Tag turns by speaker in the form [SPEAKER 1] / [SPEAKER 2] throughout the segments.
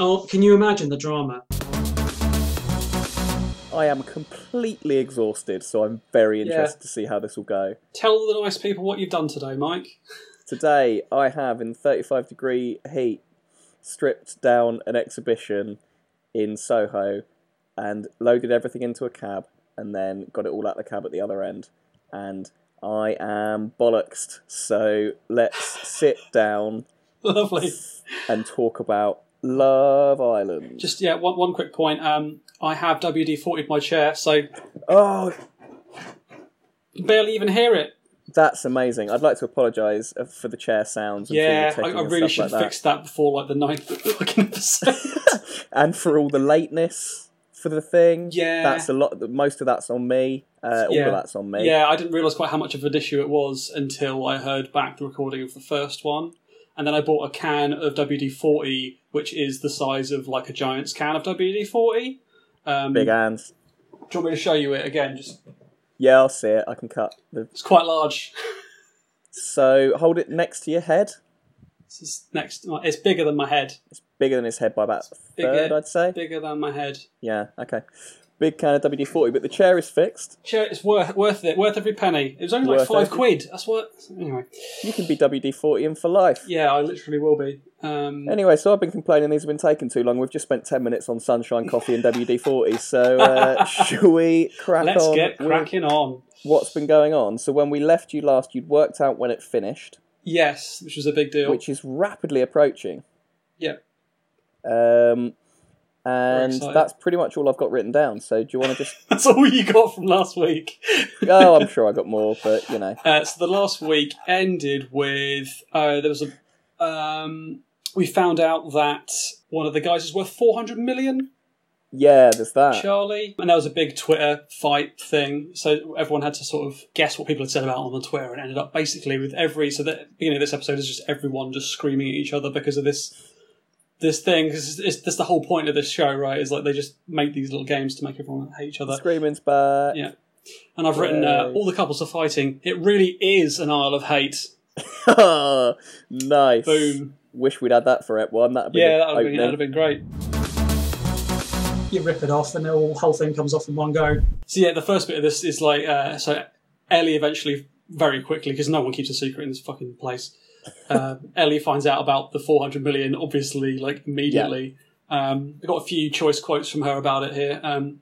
[SPEAKER 1] Oh, can you imagine the drama?
[SPEAKER 2] I am completely exhausted, so I'm very
[SPEAKER 1] Yeah.
[SPEAKER 2] interested to see how this will go.
[SPEAKER 1] Tell the nice people what you've done today, Mike.
[SPEAKER 2] Today, I have in 35 degree heat stripped down an exhibition in Soho and loaded everything into a cab and then got it all out the cab at the other end. And I am bollocksed, so let's sit down
[SPEAKER 1] Lovely.
[SPEAKER 2] and talk about Love Island.
[SPEAKER 1] Just yeah, one, one quick point. Um, I have WD forty'd my chair, so
[SPEAKER 2] Oh,
[SPEAKER 1] you barely even hear it.
[SPEAKER 2] that's amazing. I'd like to apologise uh, for the chair sounds. And for
[SPEAKER 1] Yeah,
[SPEAKER 2] the
[SPEAKER 1] I,
[SPEAKER 2] ticking
[SPEAKER 1] I
[SPEAKER 2] and
[SPEAKER 1] really
[SPEAKER 2] stuff
[SPEAKER 1] should
[SPEAKER 2] like that.
[SPEAKER 1] fix that before like the ninth fucking episode.
[SPEAKER 2] and for all the lateness for the thing.
[SPEAKER 1] Yeah.
[SPEAKER 2] that's a lot. Most of that's on me. Uh, all
[SPEAKER 1] Yeah.
[SPEAKER 2] of that's on me.
[SPEAKER 1] yeah, I didn't realise quite how much of an issue it was until I heard back the recording of the first one, and then I bought a can of WD forty, which is the size of like a giant's can of WD forty. Um,
[SPEAKER 2] Big
[SPEAKER 1] do
[SPEAKER 2] hands.
[SPEAKER 1] you want me to show you it again? Just
[SPEAKER 2] Yeah, I'll see it. I can cut. The...
[SPEAKER 1] it's quite large.
[SPEAKER 2] So hold it next to your head.
[SPEAKER 1] This is next. It's bigger than my head.
[SPEAKER 2] Bigger than his head by about a
[SPEAKER 1] bigger.
[SPEAKER 2] third, I'd say.
[SPEAKER 1] Bigger than my head.
[SPEAKER 2] Yeah, okay. Big can of WD 40, but the chair is fixed.
[SPEAKER 1] Sure, it's worth worth it. Worth every penny. It was only like
[SPEAKER 2] Worth
[SPEAKER 1] five
[SPEAKER 2] every-
[SPEAKER 1] quid. That's what. Anyway,
[SPEAKER 2] You can be WD 40 in for life.
[SPEAKER 1] yeah, I literally will be. Um,
[SPEAKER 2] Anyway, so I've been complaining these have been taking too long. We've just spent 10 minutes on sunshine, coffee, and WD 40. So, uh, shall we crack
[SPEAKER 1] let's
[SPEAKER 2] on
[SPEAKER 1] get
[SPEAKER 2] with
[SPEAKER 1] cracking on.
[SPEAKER 2] what's been going on? So, when we left you last, you'd worked out when it finished,
[SPEAKER 1] Yes, which was a big deal.
[SPEAKER 2] which is rapidly approaching.
[SPEAKER 1] yeah,
[SPEAKER 2] Um, and
[SPEAKER 1] excited.
[SPEAKER 2] that's pretty much all I've got written down. So, do you want to just.
[SPEAKER 1] that's all you got from last week.
[SPEAKER 2] oh, I'm sure I got more, but you know.
[SPEAKER 1] Uh, so the last week ended with uh, there was a. Um, we found out that one of the guys is worth four hundred million.
[SPEAKER 2] Yeah, there's that.
[SPEAKER 1] Charlie. Uh, And that was a big Twitter fight thing. So everyone had to sort of guess what people had said about them on Twitter and ended up basically with every so that you know this episode is just everyone just screaming at each other because of this this thing because it's, it's that's the whole point of this show right is like they just make these little games to make everyone hate each other
[SPEAKER 2] Screaming's back.
[SPEAKER 1] Yeah. and i've written uh,
[SPEAKER 2] Yay.
[SPEAKER 1] all the couples are fighting it really is an isle of hate
[SPEAKER 2] nice.
[SPEAKER 1] boom
[SPEAKER 2] Wish we'd had that for Ep 1. That'd be
[SPEAKER 1] yeah
[SPEAKER 2] the
[SPEAKER 1] that would have been,
[SPEAKER 2] opening.
[SPEAKER 1] that'd have been great you rip it off and the whole, whole thing comes off in one go so yeah the first bit of this is like uh, so ellie eventually very quickly because no one keeps a secret in this fucking place uh, ellie finds out about the 400 million obviously like immediately um, i've got a few choice quotes from her about it here um,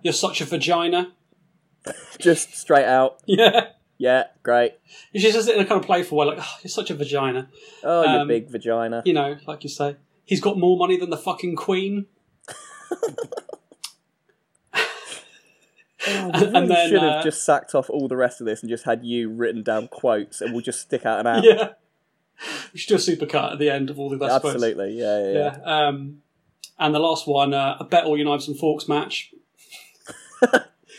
[SPEAKER 1] you're such a vagina
[SPEAKER 2] Just straight out.
[SPEAKER 1] yeah
[SPEAKER 2] Yeah, great.
[SPEAKER 1] she says it in a kind of playful way like oh, you're such a vagina
[SPEAKER 2] Oh, your
[SPEAKER 1] Um,
[SPEAKER 2] big vagina.
[SPEAKER 1] you know, like you say, he's got more money than the fucking queen.
[SPEAKER 2] Oh, we
[SPEAKER 1] and-
[SPEAKER 2] really
[SPEAKER 1] and then,
[SPEAKER 2] should have
[SPEAKER 1] uh,
[SPEAKER 2] just sacked off all the rest of this and just had you written down quotes, and we'll just stick out an app.
[SPEAKER 1] Yeah. We should do a supercut at the end of all of that. I suppose.
[SPEAKER 2] Absolutely. Yeah, yeah, yeah.
[SPEAKER 1] Yeah. Um, and the last one, uh, a bet all your knives and forks match.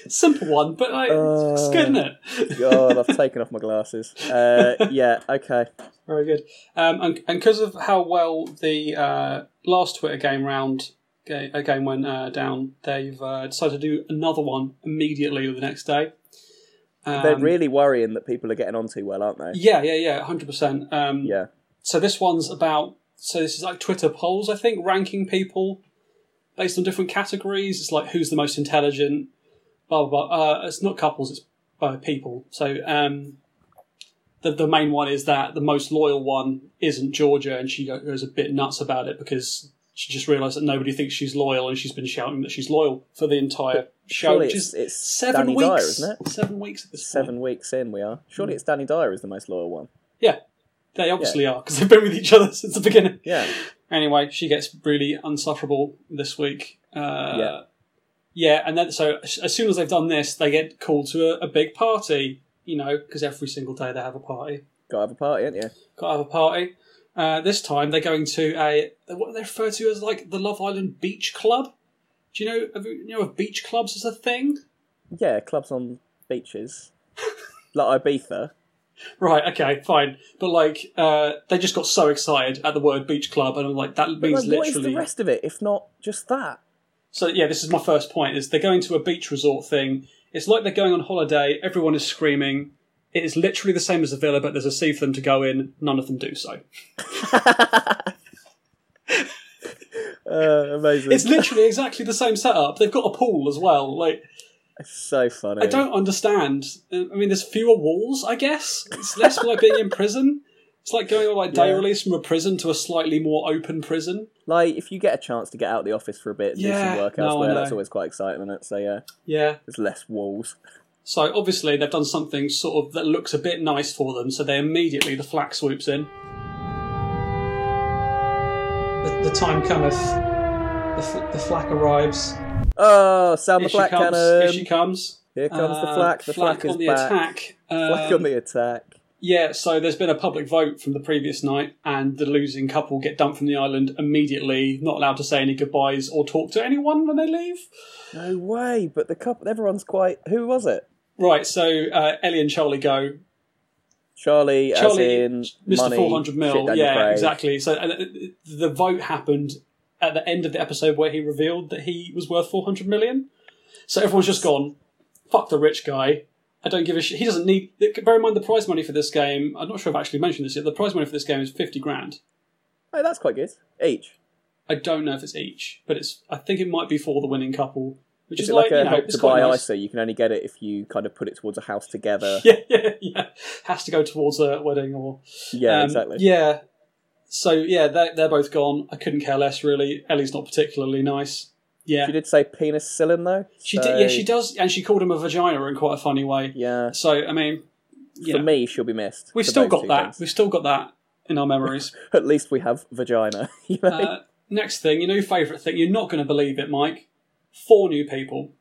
[SPEAKER 1] Simple one, but like, it's
[SPEAKER 2] Uh.
[SPEAKER 1] good, isn't it?
[SPEAKER 2] God, I've taken off my glasses. Uh, yeah, okay.
[SPEAKER 1] Very good. Um, and because of how well the uh, last Twitter game round ga- uh, game went uh, down, they've uh, decided to do another one immediately the next day. Um,
[SPEAKER 2] They're really worrying that people are getting on too well, aren't they?
[SPEAKER 1] Yeah, yeah, yeah, hundred percent. Um,
[SPEAKER 2] Yeah.
[SPEAKER 1] So this one's about. So this is like Twitter polls, I think, ranking people based on different categories. It's like who's the most intelligent, blah blah. blah. Uh, it's not couples, it's by people. So um, the the main one is that the most loyal one isn't Georgia, and she go- goes a bit nuts about it because she just realised that nobody thinks she's loyal, and she's been shouting that she's loyal for the entire show,
[SPEAKER 2] surely
[SPEAKER 1] which
[SPEAKER 2] it's-
[SPEAKER 1] is
[SPEAKER 2] it's
[SPEAKER 1] seven
[SPEAKER 2] Danny
[SPEAKER 1] weeks, Hmm.
[SPEAKER 2] Dyer, isn't it?
[SPEAKER 1] Seven weeks at this point.
[SPEAKER 2] Seven weeks in, we are. Surely it's Danny Dyer is the most loyal one.
[SPEAKER 1] They obviously are are because they've been with each other since the beginning.
[SPEAKER 2] Yeah.
[SPEAKER 1] Anyway, she gets really unsufferable this week. Uh,
[SPEAKER 2] Yeah.
[SPEAKER 1] yeah, and then so as as soon as they've done this, they get called to a, a big party. You know, because every single day they have a party.
[SPEAKER 2] Gotta have a party, ain't you?
[SPEAKER 1] Got to have a party. Uh, this time they're going to a what they refer to as like the Love Island Beach Club. Do you know? Have you, you know of beach clubs as a thing?
[SPEAKER 2] Yeah, clubs on beaches. like Ibiza.
[SPEAKER 1] Right. Okay. Fine. But like, uh, they just got so excited at the word beach club, and I'm like, that
[SPEAKER 2] But
[SPEAKER 1] means
[SPEAKER 2] like, what is
[SPEAKER 1] literally
[SPEAKER 2] the rest of it if not just that?
[SPEAKER 1] So yeah, this is my first point: is they're going to a beach resort thing. It's like they're going on holiday. Everyone is screaming. It is literally the same as a villa, but there's a sea for them to go in. None of them do so.
[SPEAKER 2] Uh, amazing.
[SPEAKER 1] It's literally exactly the same setup. They've got a pool as well. Like
[SPEAKER 2] It's so funny.
[SPEAKER 1] I don't understand. I mean, there's fewer walls, I guess. It's less like being in prison. It's like going on like day
[SPEAKER 2] Yeah.
[SPEAKER 1] release from a prison to a slightly more open prison.
[SPEAKER 2] Like, if you get a chance to get out of the office for a bit and do
[SPEAKER 1] Yeah,
[SPEAKER 2] some work
[SPEAKER 1] no, I
[SPEAKER 2] elsewhere, that's
[SPEAKER 1] know.
[SPEAKER 2] always quite exciting, isn't it? So, yeah,
[SPEAKER 1] Yeah.
[SPEAKER 2] there's less walls.
[SPEAKER 1] So obviously they've done something sort of that looks a bit nice for them. So they immediately the flak swoops in. The, the time cometh. The, f- the flak arrives.
[SPEAKER 2] Oh, sound
[SPEAKER 1] Here
[SPEAKER 2] the
[SPEAKER 1] she
[SPEAKER 2] flak
[SPEAKER 1] comes. Here
[SPEAKER 2] cannon.
[SPEAKER 1] she comes.
[SPEAKER 2] Here comes the
[SPEAKER 1] Uh,
[SPEAKER 2] flak. The flak, is
[SPEAKER 1] on the
[SPEAKER 2] back.
[SPEAKER 1] attack.
[SPEAKER 2] Flak
[SPEAKER 1] Um,
[SPEAKER 2] on the attack.
[SPEAKER 1] Yeah, so there's been a public vote from the previous night, and the losing couple get dumped from the island immediately, not allowed to say any goodbyes or talk to anyone when they leave.
[SPEAKER 2] No way, but the couple, everyone's quite. Who was it?
[SPEAKER 1] Right, so uh, Ellie and Charlie go.
[SPEAKER 2] Charlie,
[SPEAKER 1] Charlie,
[SPEAKER 2] as in
[SPEAKER 1] Mr.
[SPEAKER 2] money,
[SPEAKER 1] 400
[SPEAKER 2] shit
[SPEAKER 1] mil.
[SPEAKER 2] down your
[SPEAKER 1] Yeah,
[SPEAKER 2] grave.
[SPEAKER 1] exactly. So uh, the vote happened at the end of the episode where he revealed that he was worth 400 million. So everyone's just gone, fuck the rich guy. I don't give a shit. He doesn't need. Bear in mind the prize money for this game. I'm not sure I've actually mentioned this yet. The prize money for this game is 50 grand.
[SPEAKER 2] Oh, that's quite good. Each.
[SPEAKER 1] I don't know if it's each, but it's. I think it might be for the winning couple, which
[SPEAKER 2] Is
[SPEAKER 1] is,
[SPEAKER 2] it like, a
[SPEAKER 1] you know,
[SPEAKER 2] help
[SPEAKER 1] it's
[SPEAKER 2] to
[SPEAKER 1] quite
[SPEAKER 2] buy
[SPEAKER 1] nice.
[SPEAKER 2] ISA? You can only get it if you kind of put it towards a house together.
[SPEAKER 1] Yeah, yeah, yeah. Has to go towards a wedding or
[SPEAKER 2] Yeah,
[SPEAKER 1] um,
[SPEAKER 2] exactly.
[SPEAKER 1] Yeah. So yeah, they're, they're both gone. I couldn't care less really. Ellie's not particularly nice. Yeah,
[SPEAKER 2] She did say penicillin though.
[SPEAKER 1] she
[SPEAKER 2] so-
[SPEAKER 1] did. Yeah, she does, and she called him a vagina in quite a funny way.
[SPEAKER 2] Yeah.
[SPEAKER 1] So I mean, you
[SPEAKER 2] For
[SPEAKER 1] know,
[SPEAKER 2] me, she'll be missed.
[SPEAKER 1] we've
[SPEAKER 2] for
[SPEAKER 1] still
[SPEAKER 2] those
[SPEAKER 1] got
[SPEAKER 2] two
[SPEAKER 1] that.
[SPEAKER 2] things.
[SPEAKER 1] We've still got that in our memories.
[SPEAKER 2] At least we have vagina. you know?
[SPEAKER 1] uh, next thing, you know, your favourite thing. You're not going to believe it, Mike. Four new people.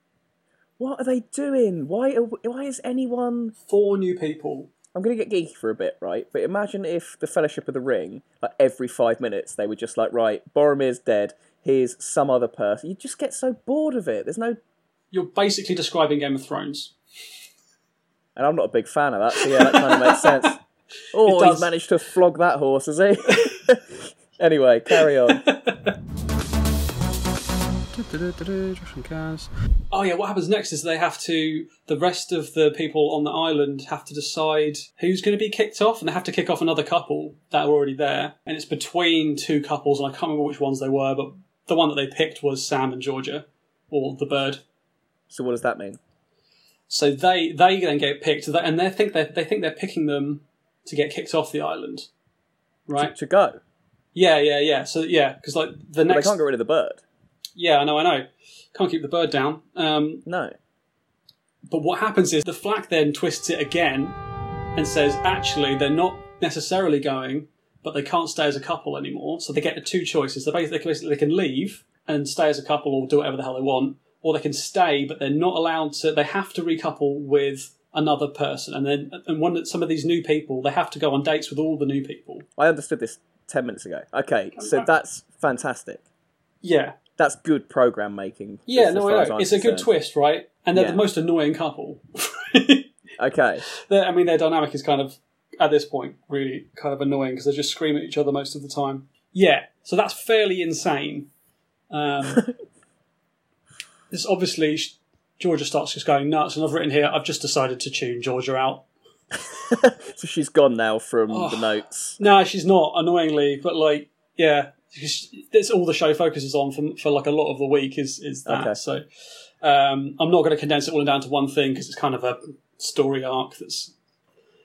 [SPEAKER 2] what are they doing? Why? Are, why is anyone?
[SPEAKER 1] Four new people.
[SPEAKER 2] I'm gonna get geeky for a bit, right? But imagine if the Fellowship of the Ring, like every five minutes, they were just like, right, Boromir's dead. Here's some other person. You just get so bored of it. There's no,
[SPEAKER 1] You're basically describing Game of Thrones.
[SPEAKER 2] and I'm not a big fan of that. So yeah, that kind of makes sense. Oh,
[SPEAKER 1] It
[SPEAKER 2] he's
[SPEAKER 1] does.
[SPEAKER 2] managed to flog that horse, has he? anyway, carry on.
[SPEAKER 1] Oh yeah, what happens next is they have to the rest of the people on the island have to decide who's going to be kicked off, and they have to kick off another couple that are already there, and it's between two couples, and I can't remember which ones they were, but the one that they picked was Sam and Georgia, or the bird.
[SPEAKER 2] So what does that mean?
[SPEAKER 1] So they they then get picked, and they think they they think they're picking them to get kicked off the island, right?
[SPEAKER 2] To go.
[SPEAKER 1] Yeah, yeah, yeah. So yeah, because like the
[SPEAKER 2] But they
[SPEAKER 1] next,
[SPEAKER 2] can't get rid of the bird.
[SPEAKER 1] yeah, I know, I know, can't keep the bird down. Um,
[SPEAKER 2] No.
[SPEAKER 1] But what happens is the flak then twists it again and says, actually, they're not necessarily going, but they can't stay as a couple anymore. So they get the two choices. They basically, basically they can leave and stay as a couple or do whatever the hell they want, or they can stay, but they're not allowed to. They have to recouple with another person, and then and one some of these new people they have to go on dates with all the new people.
[SPEAKER 2] I understood this 10 minutes ago. Okay,
[SPEAKER 1] Come
[SPEAKER 2] so
[SPEAKER 1] back.
[SPEAKER 2] that's fantastic.
[SPEAKER 1] Yeah,
[SPEAKER 2] That's good program making.
[SPEAKER 1] yeah,
[SPEAKER 2] as
[SPEAKER 1] no,
[SPEAKER 2] far
[SPEAKER 1] I
[SPEAKER 2] as
[SPEAKER 1] know.
[SPEAKER 2] I'm
[SPEAKER 1] It's a good
[SPEAKER 2] concerned.
[SPEAKER 1] twist, right? And they're
[SPEAKER 2] Yeah.
[SPEAKER 1] the most annoying couple.
[SPEAKER 2] Okay,
[SPEAKER 1] their, I mean, their dynamic is kind of at this point really kind of annoying because they just scream at each other most of the time. Yeah, so that's fairly insane. Um, this obviously sh- Georgia starts just going nuts, and I've written here I've just decided to tune Georgia out.
[SPEAKER 2] so she's gone now from
[SPEAKER 1] Oh.
[SPEAKER 2] the notes.
[SPEAKER 1] No, she's not annoyingly, but like yeah, she's- that's all the show focuses on for for like a lot of the week is is that.
[SPEAKER 2] Okay.
[SPEAKER 1] So um, I'm not going to condense it all down to one thing because it's kind of a story arc that's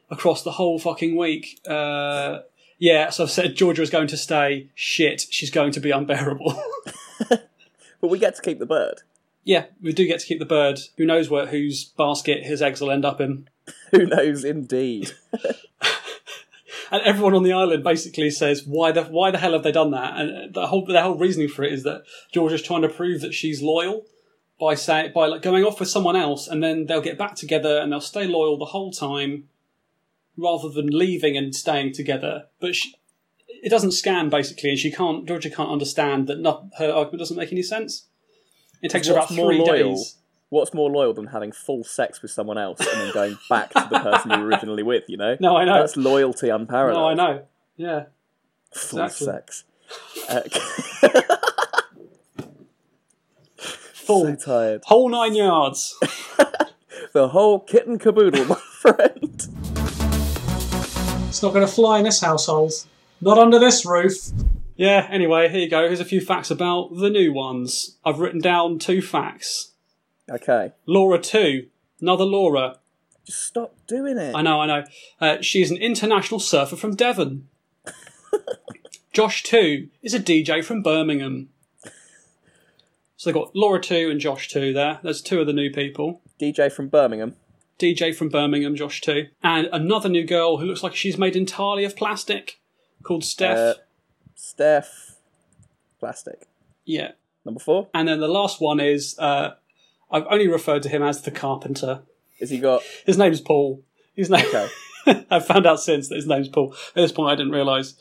[SPEAKER 1] across the whole fucking week. Uh, yeah, so I've said Georgia is going to stay. Shit, she's going to be unbearable.
[SPEAKER 2] But we get to keep the bird.
[SPEAKER 1] yeah, we do get to keep the bird. Who knows where whose basket his eggs will end up in.
[SPEAKER 2] Who knows, indeed.
[SPEAKER 1] and everyone on the island basically says, "Why the why the hell have they done that?" And the whole the whole reasoning for it is that Georgia's trying to prove that she's loyal by saying by like going off with someone else, and then they'll get back together and they'll stay loyal the whole time, rather than leaving and staying together. But she, it doesn't scan basically, and she can't Georgia can't understand that not, her argument doesn't make any sense. It takes her about
[SPEAKER 2] What's more
[SPEAKER 1] three
[SPEAKER 2] loyal?
[SPEAKER 1] days.
[SPEAKER 2] What's more loyal than having full sex with someone else and then going back to the person you were originally with, you know?
[SPEAKER 1] No, I know.
[SPEAKER 2] That's loyalty unparalleled.
[SPEAKER 1] No, I know. Yeah.
[SPEAKER 2] Full
[SPEAKER 1] exactly.
[SPEAKER 2] sex. Uh,
[SPEAKER 1] Full.
[SPEAKER 2] so tired.
[SPEAKER 1] Whole nine yards.
[SPEAKER 2] The whole kit and caboodle, my friend.
[SPEAKER 1] It's not going to fly in this household. Not under this roof. Yeah, anyway, here you go. Here's a few facts about the new ones. I've written down two facts.
[SPEAKER 2] Okay.
[SPEAKER 1] Laura 2, another Laura.
[SPEAKER 2] Just stop doing it.
[SPEAKER 1] I know, I know. Uh, she is an international surfer from Devon. Josh 2 is a DJ from Birmingham. So they've got Laura 2 and Josh 2 there. There's two of the new people.
[SPEAKER 2] DJ from Birmingham.
[SPEAKER 1] DJ from Birmingham, Josh 2. And another new girl who looks like she's made entirely of plastic called Steph.
[SPEAKER 2] Uh, Steph. Plastic.
[SPEAKER 1] yeah.
[SPEAKER 2] Number four.
[SPEAKER 1] And then the last one is uh, I've only referred to him as the carpenter.
[SPEAKER 2] Has he got.
[SPEAKER 1] His name's Paul. His name.
[SPEAKER 2] Okay.
[SPEAKER 1] I found out since that his name's Paul. At this point, I didn't realise.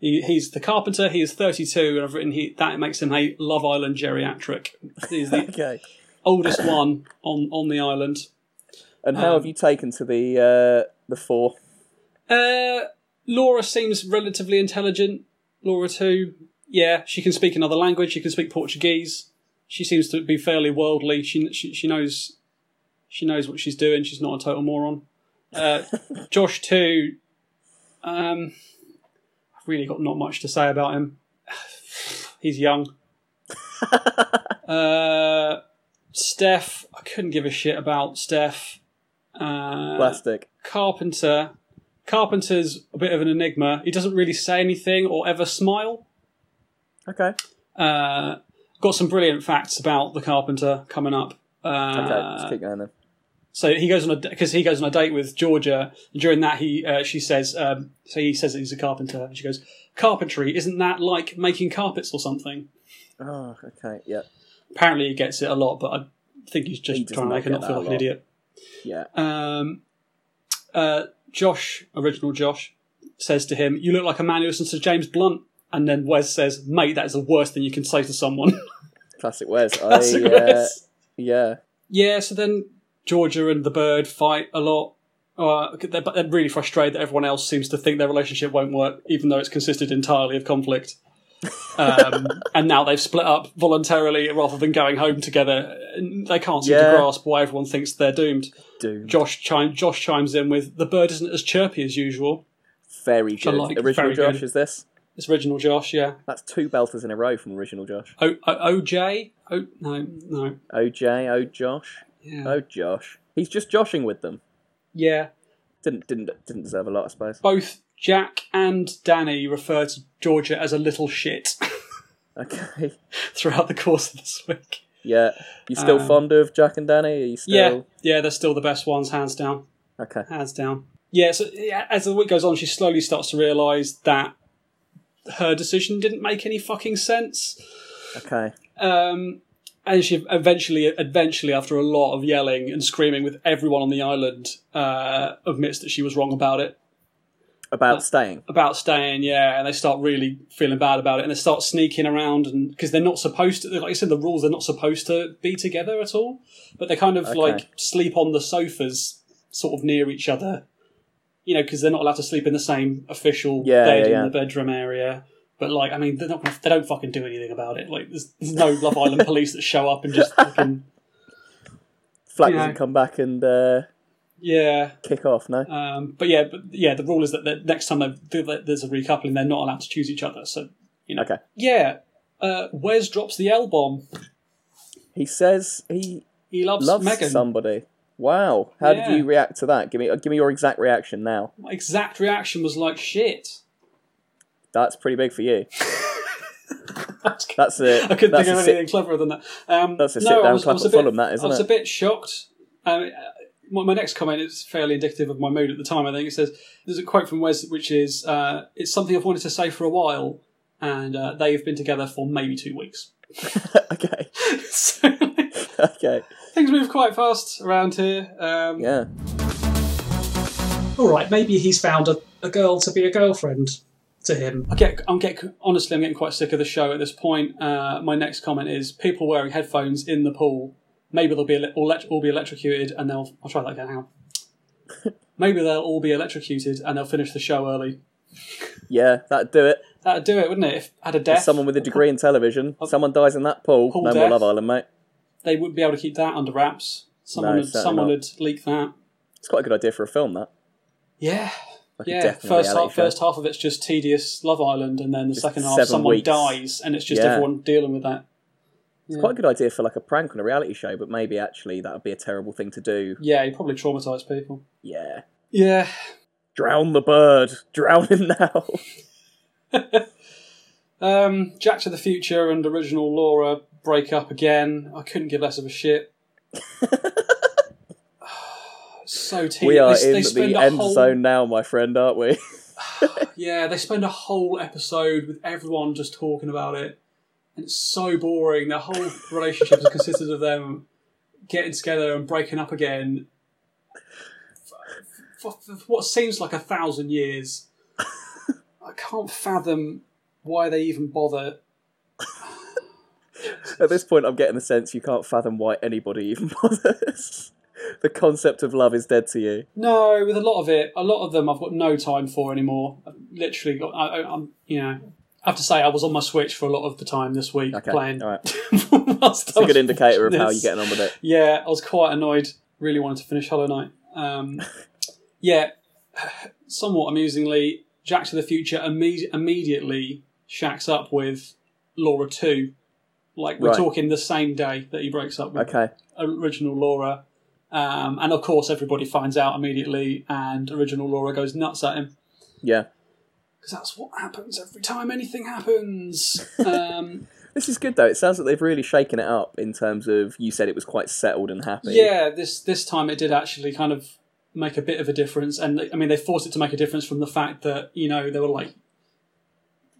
[SPEAKER 1] He, he's the carpenter. He is 32, and I've written he, that makes him a Love Island geriatric. He's the
[SPEAKER 2] Okay.
[SPEAKER 1] oldest one on, on the island.
[SPEAKER 2] And how
[SPEAKER 1] Um,
[SPEAKER 2] have you taken to the uh, the four?
[SPEAKER 1] Uh, Laura seems relatively intelligent. Laura too. Yeah, she can speak another language. She can speak Portuguese. She seems to be fairly worldly. She she, she knows she knows what she's doing. She's not a total moron. Uh, Josh too. Um, I've really got not much to say about him. He's young. uh, Steph, I couldn't give a shit about Steph. Uh,
[SPEAKER 2] Plastic.
[SPEAKER 1] Carpenter. Carpenter's a bit of an enigma. He doesn't really say anything or ever smile.
[SPEAKER 2] Okay.
[SPEAKER 1] Uh, got some brilliant facts about the Carpenter coming up.
[SPEAKER 2] Okay.
[SPEAKER 1] Uh,
[SPEAKER 2] Just keep going then.
[SPEAKER 1] so he goes on a because he goes on a date with Georgia. And during that, he uh, she says um, so he says that he's a carpenter. And she goes, "Carpentry isn't that like making carpets or something?"
[SPEAKER 2] Oh, okay. Yeah.
[SPEAKER 1] Apparently, he gets it a lot, but I think he's just
[SPEAKER 2] He does
[SPEAKER 1] trying to
[SPEAKER 2] not
[SPEAKER 1] make her not
[SPEAKER 2] get that
[SPEAKER 1] feel
[SPEAKER 2] a
[SPEAKER 1] like an
[SPEAKER 2] lot.
[SPEAKER 1] idiot.
[SPEAKER 2] Yeah.
[SPEAKER 1] Um, uh, Josh, original Josh, says to him, "You look like a man who listens to James Blunt." And then Wes says, "Mate, that is the worst thing you can say to someone."
[SPEAKER 2] Classic Wes.
[SPEAKER 1] That's
[SPEAKER 2] I, uh,
[SPEAKER 1] Wes.
[SPEAKER 2] yeah.
[SPEAKER 1] Yeah. So then Georgia and the bird fight a lot. Uh, they're, but they're really frustrated that everyone else seems to think their relationship won't work, even though it's consisted entirely of conflict. Um, and now they've split up voluntarily rather than going home together. And They can't seem
[SPEAKER 2] Yeah.
[SPEAKER 1] to grasp why everyone thinks they're doomed.
[SPEAKER 2] Doom.
[SPEAKER 1] Josh chime, Josh chimes in with the bird isn't as chirpy as usual.
[SPEAKER 2] Very
[SPEAKER 1] I
[SPEAKER 2] good.
[SPEAKER 1] like it.
[SPEAKER 2] Original
[SPEAKER 1] Very
[SPEAKER 2] Josh
[SPEAKER 1] good.
[SPEAKER 2] is this?
[SPEAKER 1] It's original Josh, yeah.
[SPEAKER 2] That's two belters in a row from Original Josh.
[SPEAKER 1] O, o, OJ? O, no, no.
[SPEAKER 2] OJ, oh Josh,
[SPEAKER 1] Yeah.
[SPEAKER 2] oh Josh. He's just joshing with them.
[SPEAKER 1] yeah.
[SPEAKER 2] Didn't didn't didn't deserve a lot, I suppose.
[SPEAKER 1] Both Jack and Danny refer to Georgia as a little shit
[SPEAKER 2] Okay.
[SPEAKER 1] throughout the course of this week.
[SPEAKER 2] Yeah. You still
[SPEAKER 1] Um,
[SPEAKER 2] fond of Jack and Danny? Are you still
[SPEAKER 1] Yeah, yeah, they're still the best ones, hands down.
[SPEAKER 2] Okay.
[SPEAKER 1] Hands down. Yeah, so yeah, as the week goes on, she slowly starts to realise that her decision didn't make any fucking sense.
[SPEAKER 2] Okay.
[SPEAKER 1] Um, and she eventually, eventually, after a lot of yelling and screaming with everyone on the island, uh, admits that she was wrong about it, Uh,
[SPEAKER 2] About staying.
[SPEAKER 1] about staying. Yeah, and they start really feeling bad about it, and they start sneaking around, and because they're not supposed to, like I said, the rules they're not supposed to be together at all, but they kind of
[SPEAKER 2] Okay.
[SPEAKER 1] like sleep on the sofas, sort of near each other, you know, because they're not allowed to sleep in the same official
[SPEAKER 2] Yeah,
[SPEAKER 1] bed
[SPEAKER 2] yeah,
[SPEAKER 1] in
[SPEAKER 2] yeah.
[SPEAKER 1] the bedroom area. But like, I mean, they're not. Gonna, they don't fucking do anything about it. Like, there's, there's no Love Island police that show up and just fucking
[SPEAKER 2] Flat
[SPEAKER 1] you
[SPEAKER 2] doesn't
[SPEAKER 1] know.
[SPEAKER 2] come back and uh,
[SPEAKER 1] yeah.
[SPEAKER 2] kick off, no?
[SPEAKER 1] Um, but yeah, but yeah, the rule is that the next time they- that there's a recoupling, they're not allowed to choose each other. So you know,
[SPEAKER 2] Okay.
[SPEAKER 1] yeah. Uh, Wes drops the L bomb.
[SPEAKER 2] He says he
[SPEAKER 1] He loves,
[SPEAKER 2] loves
[SPEAKER 1] Megan.
[SPEAKER 2] somebody. Wow. How
[SPEAKER 1] Yeah.
[SPEAKER 2] did you react to that? Give me uh, give me your exact reaction now.
[SPEAKER 1] My exact reaction was like shit.
[SPEAKER 2] That's pretty big for you.
[SPEAKER 1] That's good.
[SPEAKER 2] That's it.
[SPEAKER 1] I couldn't
[SPEAKER 2] that's
[SPEAKER 1] think of
[SPEAKER 2] a sit-
[SPEAKER 1] anything cleverer than that. Um,
[SPEAKER 2] that's a
[SPEAKER 1] no,
[SPEAKER 2] sit-down
[SPEAKER 1] I was, I
[SPEAKER 2] clap
[SPEAKER 1] was
[SPEAKER 2] at
[SPEAKER 1] a bit,
[SPEAKER 2] Fulham, that, isn't
[SPEAKER 1] I was
[SPEAKER 2] it?
[SPEAKER 1] a bit shocked. Um, uh, my, my next comment is fairly indicative of my mood at the time. I think it says there's a quote from Wes, which is uh, "It's something I've wanted to say for a while, and uh, they've been together for maybe two weeks."
[SPEAKER 2] okay.
[SPEAKER 1] so,
[SPEAKER 2] Okay.
[SPEAKER 1] things move quite fast around here. Um,
[SPEAKER 2] Yeah.
[SPEAKER 1] all right, maybe he's found a, a girl to be a girlfriend to him. I get, I'm get, honestly, I'm getting quite sick of the show at this point. Uh, my next comment is people wearing headphones in the pool. Maybe they'll be ele- all, elect- all be electrocuted, and they'll. I'll try that again. Hang on. maybe they'll all be electrocuted, and they'll finish the show early.
[SPEAKER 2] Yeah, that'd do it.
[SPEAKER 1] That'd do it, wouldn't it? If had a death,
[SPEAKER 2] Someone with a degree in television, someone dies in that pool.
[SPEAKER 1] Pool
[SPEAKER 2] no
[SPEAKER 1] death.
[SPEAKER 2] more Love Island, mate.
[SPEAKER 1] they wouldn't be able to keep that under wraps. Someone, would,
[SPEAKER 2] certainly
[SPEAKER 1] someone
[SPEAKER 2] not.
[SPEAKER 1] would leak that.
[SPEAKER 2] It's quite a good idea for a film, that.
[SPEAKER 1] Yeah,
[SPEAKER 2] Like a
[SPEAKER 1] Yeah,
[SPEAKER 2] death in a
[SPEAKER 1] first
[SPEAKER 2] reality
[SPEAKER 1] half,
[SPEAKER 2] show.
[SPEAKER 1] first half of it's just tedious Love Island, and then the
[SPEAKER 2] Just
[SPEAKER 1] second half
[SPEAKER 2] seven
[SPEAKER 1] someone
[SPEAKER 2] weeks.
[SPEAKER 1] dies, and it's just
[SPEAKER 2] Yeah.
[SPEAKER 1] everyone dealing with that.
[SPEAKER 2] It's quite a good idea for like a prank on a reality show, but maybe actually that would be a terrible thing to do.
[SPEAKER 1] Yeah, you probably traumatise people.
[SPEAKER 2] Yeah.
[SPEAKER 1] Yeah,
[SPEAKER 2] Drown the bird. Drown him now.
[SPEAKER 1] um, Jack to the Future and original Laura break up again. I couldn't give less of a shit. so tedious.
[SPEAKER 2] we are
[SPEAKER 1] They- they
[SPEAKER 2] in
[SPEAKER 1] spend
[SPEAKER 2] the
[SPEAKER 1] a
[SPEAKER 2] end
[SPEAKER 1] whole-
[SPEAKER 2] zone now, my friend, aren't we?
[SPEAKER 1] Yeah, they spend a whole episode with everyone just talking about it, and it's so boring. Their whole relationship is consisted of them getting together and breaking up again for, for, for what seems like a thousand years. I can't fathom why they even bother.
[SPEAKER 2] At this point, I'm getting the sense you can't fathom why anybody even bothers. the concept of love is dead to you.
[SPEAKER 1] No, with a lot of it, a lot of them I've got no time for anymore. I've literally, got, I, I, I'm you know, I have to say I was on my Switch for a lot of the time this week
[SPEAKER 2] Okay,
[SPEAKER 1] playing.
[SPEAKER 2] all right. It's
[SPEAKER 1] That's
[SPEAKER 2] a good indicator of how
[SPEAKER 1] this.
[SPEAKER 2] you're getting on with it.
[SPEAKER 1] Yeah, I was quite annoyed. Really wanted to finish Hollow Knight. Um, yeah, somewhat amusingly, Jack to the Future imme- immediately shacks up with Laura 2. Like, we're
[SPEAKER 2] Right.
[SPEAKER 1] talking the same day that he breaks up with
[SPEAKER 2] Okay.
[SPEAKER 1] original Laura. Um, and of course, everybody finds out immediately, and original Laura goes nuts at him.
[SPEAKER 2] Yeah.
[SPEAKER 1] Because that's what happens every time anything happens. Um,
[SPEAKER 2] This is good though. It sounds like they've really shaken it up in terms of you said it was quite settled and happy.
[SPEAKER 1] Yeah, this this time it did actually kind of make a bit of a difference, and I mean they forced it to make a difference from the fact that you know they were like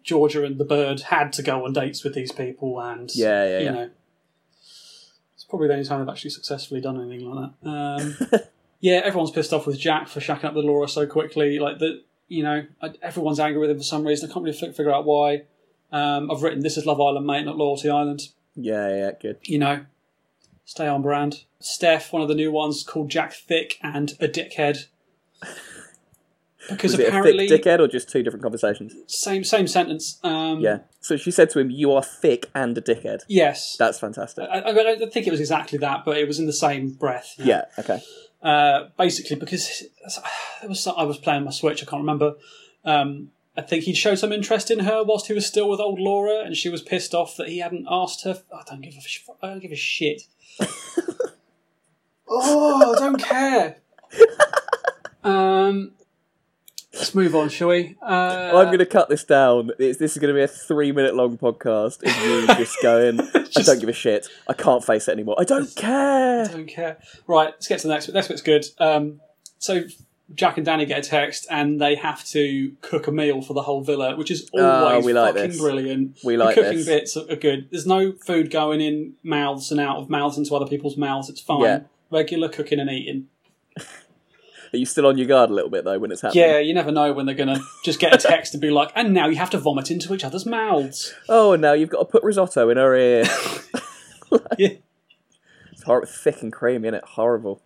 [SPEAKER 1] Georgia and the bird had to go on dates with these people, and
[SPEAKER 2] Yeah, yeah,
[SPEAKER 1] you
[SPEAKER 2] yeah.
[SPEAKER 1] know it's probably the only time they've actually successfully done anything like that. Um, yeah, everyone's pissed off with Jack for shacking up with Laura so quickly. Like the you know I- everyone's angry with him for some reason. I can't really fi- figure out why. Um, I've written this is Love Island, mate, not Loyalty Island
[SPEAKER 2] Yeah, yeah, good.
[SPEAKER 1] you know, stay on brand. Steph, one of the new ones, called Jack Thick and a dickhead. Because
[SPEAKER 2] Was it a
[SPEAKER 1] apparently,
[SPEAKER 2] thick dickhead or just two different conversations?
[SPEAKER 1] same same sentence. Um,
[SPEAKER 2] Yeah. So she said to him, "You are thick and a dickhead."
[SPEAKER 1] Yes.
[SPEAKER 2] That's fantastic.
[SPEAKER 1] I, I I don't think it was exactly that, but it was in the same breath. you know.
[SPEAKER 2] yeah. Okay.
[SPEAKER 1] Uh, basically, because it was I was playing my Switch. I can't remember. Um, I think he'd showed some interest in her whilst he was still with old Laura, and she was pissed off that he hadn't asked her. I don't give a sh- I don't give a shit. oh, I don't care. Um, let's move on, shall we? Uh,
[SPEAKER 2] I'm going to cut this down. It's, this is going to be a three-minute-long podcast. If you just going, I
[SPEAKER 1] Just-
[SPEAKER 2] don't give a shit. I can't face it anymore. I don't
[SPEAKER 1] I
[SPEAKER 2] care.
[SPEAKER 1] don't care. Right, let's get to the next bit. Next bit's good. Um, so Jack and Danny get a text, and they have to cook a meal for the whole villa, which is
[SPEAKER 2] Ah,
[SPEAKER 1] always
[SPEAKER 2] we like
[SPEAKER 1] fucking
[SPEAKER 2] this.
[SPEAKER 1] brilliant.
[SPEAKER 2] We like
[SPEAKER 1] the cooking
[SPEAKER 2] this.
[SPEAKER 1] bits are are good. There's no food going in mouths and out of mouths into other people's mouths. It's fine.
[SPEAKER 2] Yeah.
[SPEAKER 1] Regular cooking and eating.
[SPEAKER 2] Are you still on your guard a little bit though when it's happening?
[SPEAKER 1] Yeah, you never know when they're gonna just get a text and be like, and now you have to vomit into each other's mouths.
[SPEAKER 2] Oh, now you've got to put risotto in her ear.
[SPEAKER 1] Yeah.
[SPEAKER 2] It's horrible, thick and creamy, is it? Horrible.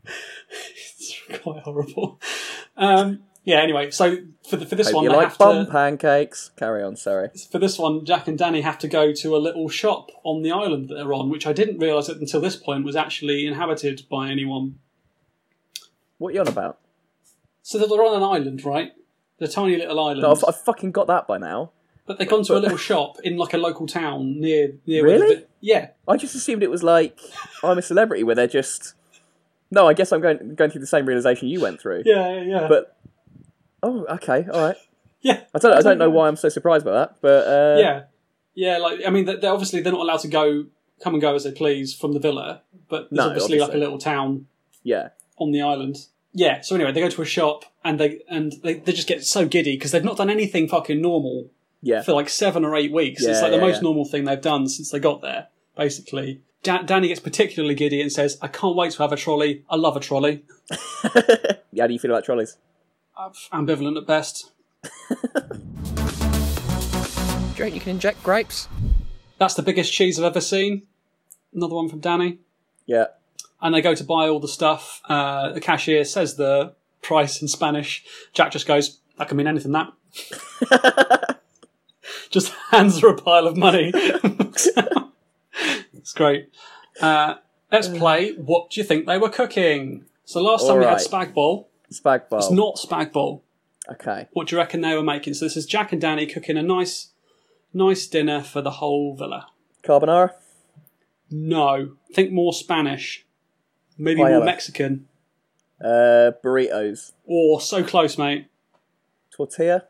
[SPEAKER 1] It's quite horrible. Um, yeah. Anyway, so for the, for this
[SPEAKER 2] Hope
[SPEAKER 1] one,
[SPEAKER 2] you
[SPEAKER 1] they
[SPEAKER 2] like
[SPEAKER 1] have
[SPEAKER 2] bum
[SPEAKER 1] to.
[SPEAKER 2] pancakes. Carry on. Sorry.
[SPEAKER 1] for this one, Jack and Danny have to go to a little shop on the island that they're on, which I didn't realise that until this point was actually inhabited by anyone.
[SPEAKER 2] What are you on about?
[SPEAKER 1] So they're on an island, right? The tiny little island.
[SPEAKER 2] No, I've, I've fucking got that by now.
[SPEAKER 1] but they've gone to a little shop in like a local town near near. Where
[SPEAKER 2] Really?
[SPEAKER 1] the, yeah.
[SPEAKER 2] I just assumed it was like I'm a celebrity, where they're just. No, I guess I'm going going through the same realization you went through.
[SPEAKER 1] Yeah. Yeah.
[SPEAKER 2] But- Oh, okay, all right.
[SPEAKER 1] yeah.
[SPEAKER 2] I don't I don't know why I'm so surprised by that, but uh,
[SPEAKER 1] yeah. Yeah. Like I mean, they're, they're obviously they're not allowed to go come and go as they please from the villa, but there's
[SPEAKER 2] No,
[SPEAKER 1] obviously like a
[SPEAKER 2] obviously.
[SPEAKER 1] little town
[SPEAKER 2] yeah,
[SPEAKER 1] on the island. Yeah. So anyway, they go to a shop and they and they, they just get so giddy because they've not done anything fucking normal
[SPEAKER 2] yeah.
[SPEAKER 1] for like seven or eight weeks. it's
[SPEAKER 2] Yeah,
[SPEAKER 1] like the
[SPEAKER 2] yeah,
[SPEAKER 1] most
[SPEAKER 2] yeah.
[SPEAKER 1] normal thing they've done since they got there, basically. Da- Danny gets particularly giddy and says, I can't wait to have a trolley. I love a trolley.
[SPEAKER 2] How do you feel about trolleys?
[SPEAKER 1] I'm ambivalent at best.
[SPEAKER 3] Do you reckon you can inject grapes?
[SPEAKER 1] That's the biggest cheese I've ever seen. Another one from Danny.
[SPEAKER 2] Yeah,
[SPEAKER 1] And they go to buy all the stuff. Uh, the cashier says the price in Spanish. Jack just goes, That can mean anything, that. just hands her a pile of money. it's great. Uh, let's play What Do You Think They Were Cooking? So last time we had
[SPEAKER 2] Alright.
[SPEAKER 1] Spag Bowl.
[SPEAKER 2] spag bowl.
[SPEAKER 1] It's not Spag Bowl.
[SPEAKER 2] Okay.
[SPEAKER 1] What do you reckon they were making? So this is Jack and Danny cooking a nice, nice dinner for the whole villa.
[SPEAKER 2] Carbonara?
[SPEAKER 1] No, think more Spanish, maybe
[SPEAKER 2] Paella.
[SPEAKER 1] more Mexican,
[SPEAKER 2] Uh, burritos?
[SPEAKER 1] or so close, mate.
[SPEAKER 2] Tortilla?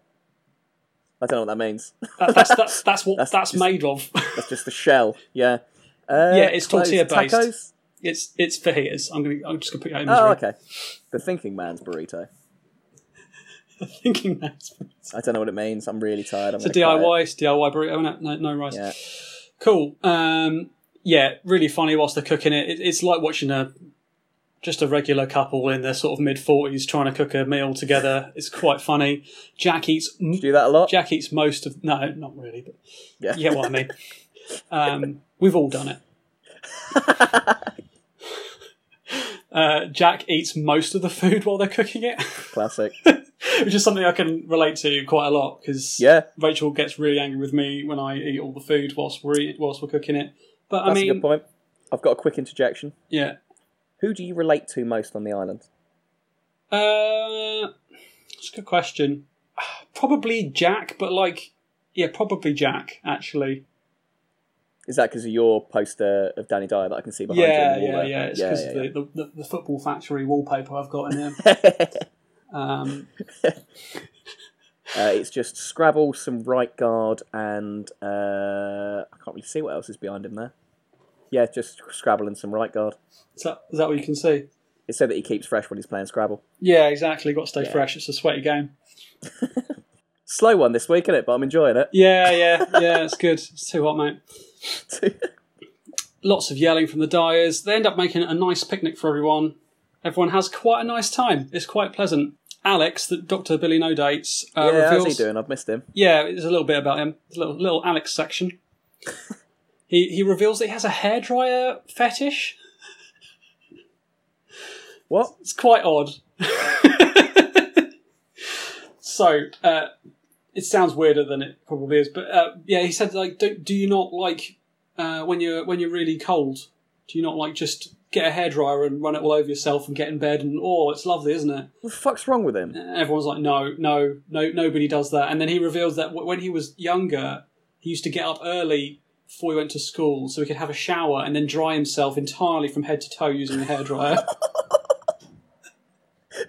[SPEAKER 2] I don't know what that means.
[SPEAKER 1] That, that's, that's that's what
[SPEAKER 2] That's
[SPEAKER 1] that's,
[SPEAKER 2] just- uh,
[SPEAKER 1] made of.
[SPEAKER 2] That's just the shell. Yeah. Uh,
[SPEAKER 1] Yeah, it's tortilla based.
[SPEAKER 2] Tacos?
[SPEAKER 1] it's it's fajitas. I'm gonna I'm just gonna put you out in misery.
[SPEAKER 2] Oh, okay. The thinking man's burrito.
[SPEAKER 1] Thinking that's it's
[SPEAKER 2] I don't know what it means. I'm really tired. I'm
[SPEAKER 1] a
[SPEAKER 2] gonna cut it.
[SPEAKER 1] DIY, it's DIY burrito. isn't it? No, no rice.
[SPEAKER 2] Yeah.
[SPEAKER 1] Cool. Um, yeah, really funny whilst they're cooking it. it. It's like watching a just a regular couple in their sort of mid forties trying to cook a meal together. It's quite funny. Jack eats m-
[SPEAKER 2] Do that a lot?
[SPEAKER 1] Jack eats most of no, not really, but
[SPEAKER 2] Yeah.
[SPEAKER 1] you get what I mean. Um, we've all done it. Uh, Jack eats most of the food while they're cooking it,
[SPEAKER 2] Classic.
[SPEAKER 1] which is something I can relate to quite a lot because
[SPEAKER 2] Yeah.
[SPEAKER 1] Rachel gets really angry with me when I eat all the food whilst we're eat, whilst we're cooking it. But
[SPEAKER 2] That's
[SPEAKER 1] I mean,
[SPEAKER 2] a good point. I've got a quick interjection.
[SPEAKER 1] yeah,
[SPEAKER 2] Who do you relate to most on the island?
[SPEAKER 1] uh, that's a good question. Probably Jack, but like, yeah, probably Jack actually.
[SPEAKER 2] Is that because of your poster of Danny Dyer that I can see behind
[SPEAKER 1] Yeah,
[SPEAKER 2] you? on the
[SPEAKER 1] yeah,
[SPEAKER 2] wall
[SPEAKER 1] yeah. It's
[SPEAKER 2] there?
[SPEAKER 1] because of The, the, the football factory wallpaper I've got in here. Um,
[SPEAKER 2] yeah. uh, it's just Scrabble, some right guard, and uh, I can't really see what else is behind him there. Yeah, just Scrabble and some right guard.
[SPEAKER 1] is, that, is that what you can see?
[SPEAKER 2] It's so that he keeps fresh when he's playing Scrabble.
[SPEAKER 1] Yeah, exactly. Got to stay
[SPEAKER 2] Yeah.
[SPEAKER 1] fresh. It's a sweaty game.
[SPEAKER 2] Slow one this week, isn't it? But I'm enjoying it.
[SPEAKER 1] Yeah, yeah, yeah. it's good. It's too hot, mate. Lots of yelling from the dyers. They end up making a nice picnic for everyone. Everyone has quite a nice time. It's quite pleasant. Alex, that Dr. Billy No Dates, uh,
[SPEAKER 2] yeah,
[SPEAKER 1] reveals.
[SPEAKER 2] how's he doing? I've missed him.
[SPEAKER 1] Yeah, there's a little bit about him. There's a little, little Alex section. he he reveals that he has a hairdryer fetish.
[SPEAKER 2] What?
[SPEAKER 1] It's quite odd. so, uh, it sounds weirder than it probably is, but uh, yeah, he said like, do, do you not like uh, when you're when you're really cold? Do you not like just get a hairdryer and run it all over yourself and get in bed and oh, it's lovely, isn't it?
[SPEAKER 2] What the fuck's wrong with him?
[SPEAKER 1] And everyone's like, no, no, no, nobody does that. And then he reveals that w- when he was younger, he used to get up early before he went to school so he could have a shower and then dry himself entirely from head to toe using the hairdryer.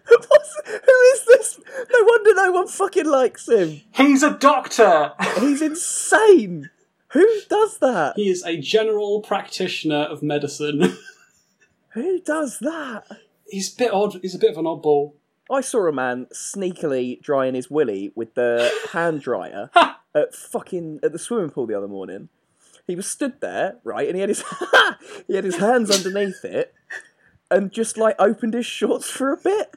[SPEAKER 2] What's- Who is this? No wonder no one fucking likes him.
[SPEAKER 1] He's a doctor.
[SPEAKER 2] He's insane. Who does that?
[SPEAKER 1] He is a general practitioner of medicine.
[SPEAKER 2] Who does that?
[SPEAKER 1] he's a bit odd. He's a bit of an oddball.
[SPEAKER 2] I saw a man sneakily drying his willy with the hand dryer at fucking at the swimming pool the other morning. He was stood there, right, and he had his he had his hands underneath it, and just like opened his shorts for a bit.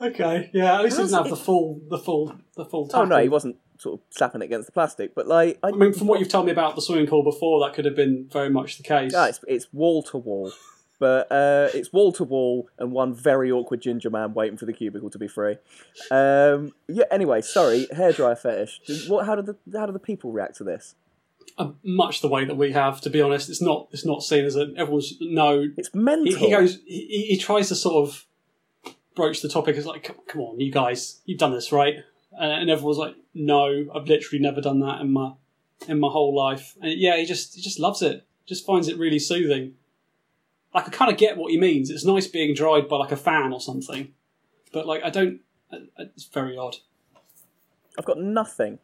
[SPEAKER 1] Okay, yeah. At least he
[SPEAKER 2] How's
[SPEAKER 1] doesn't have
[SPEAKER 2] it-
[SPEAKER 1] the full, the full, the full.
[SPEAKER 2] Oh
[SPEAKER 1] Tackle.
[SPEAKER 2] no, he wasn't sort of slapping it against the plastic, but like I,
[SPEAKER 1] I mean, from what you've told me about the swimming pool before, that could have been very much the case.
[SPEAKER 2] No, it's it's wall to wall, but uh, it's wall to wall and one very awkward ginger man waiting for the cubicle to be free. Um, yeah. Anyway, sorry, hairdryer fetish. Did- What? How did the how do the people react to this?
[SPEAKER 1] Uh, much the way that we have, to be honest. It's not. It's not seen as a. Everyone's no.
[SPEAKER 2] It's mental.
[SPEAKER 1] He, he goes. He, he- he tries to sort of broach the topic. It's like, come, come on, you guys, you've done this, right? Uh, and everyone's like, no, I've literally never done that in my in my whole life. And yeah, he just he just loves it. Just finds it really soothing. Like I kind of get what he means. It's nice being dried by like a fan or something, but like I don't. uh, It's very odd.
[SPEAKER 2] I've got nothing.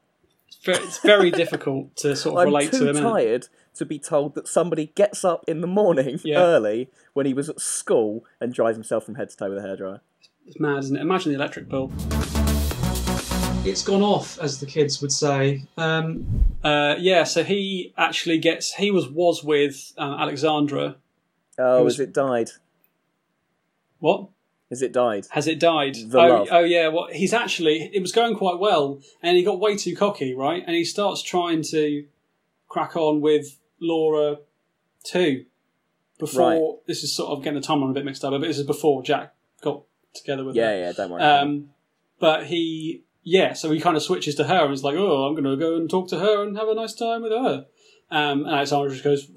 [SPEAKER 1] It's very, it's very difficult to sort of
[SPEAKER 2] I'm
[SPEAKER 1] relate to
[SPEAKER 2] too
[SPEAKER 1] him. isn't it?
[SPEAKER 2] tired to be told that somebody gets up in the morning
[SPEAKER 1] Yeah.
[SPEAKER 2] early when he was at school and dries himself from head to toe with a hairdryer.
[SPEAKER 1] It's mad, isn't it? Imagine the electric bill. It's gone off, as the kids would say. Um, uh, yeah, so he actually gets. He was was with um, Alexandra.
[SPEAKER 2] Oh,
[SPEAKER 1] was-
[SPEAKER 2] has it died?
[SPEAKER 1] What
[SPEAKER 2] Has it died?
[SPEAKER 1] has it died?
[SPEAKER 2] The
[SPEAKER 1] oh,
[SPEAKER 2] love.
[SPEAKER 1] oh yeah. Well, he's actually. It was going quite well, and he got way too cocky, right? And he starts trying to crack on with Laura too. Before
[SPEAKER 2] Right.
[SPEAKER 1] this is sort of getting the timeline a bit mixed up, but this is before Jack got together with her.
[SPEAKER 2] Yeah, yeah. Don't worry.
[SPEAKER 1] Um, but he, yeah, so he kind of switches to her and is like, oh, I'm going to go and talk to her and have a nice time with her. Um, and Alexandra just goes,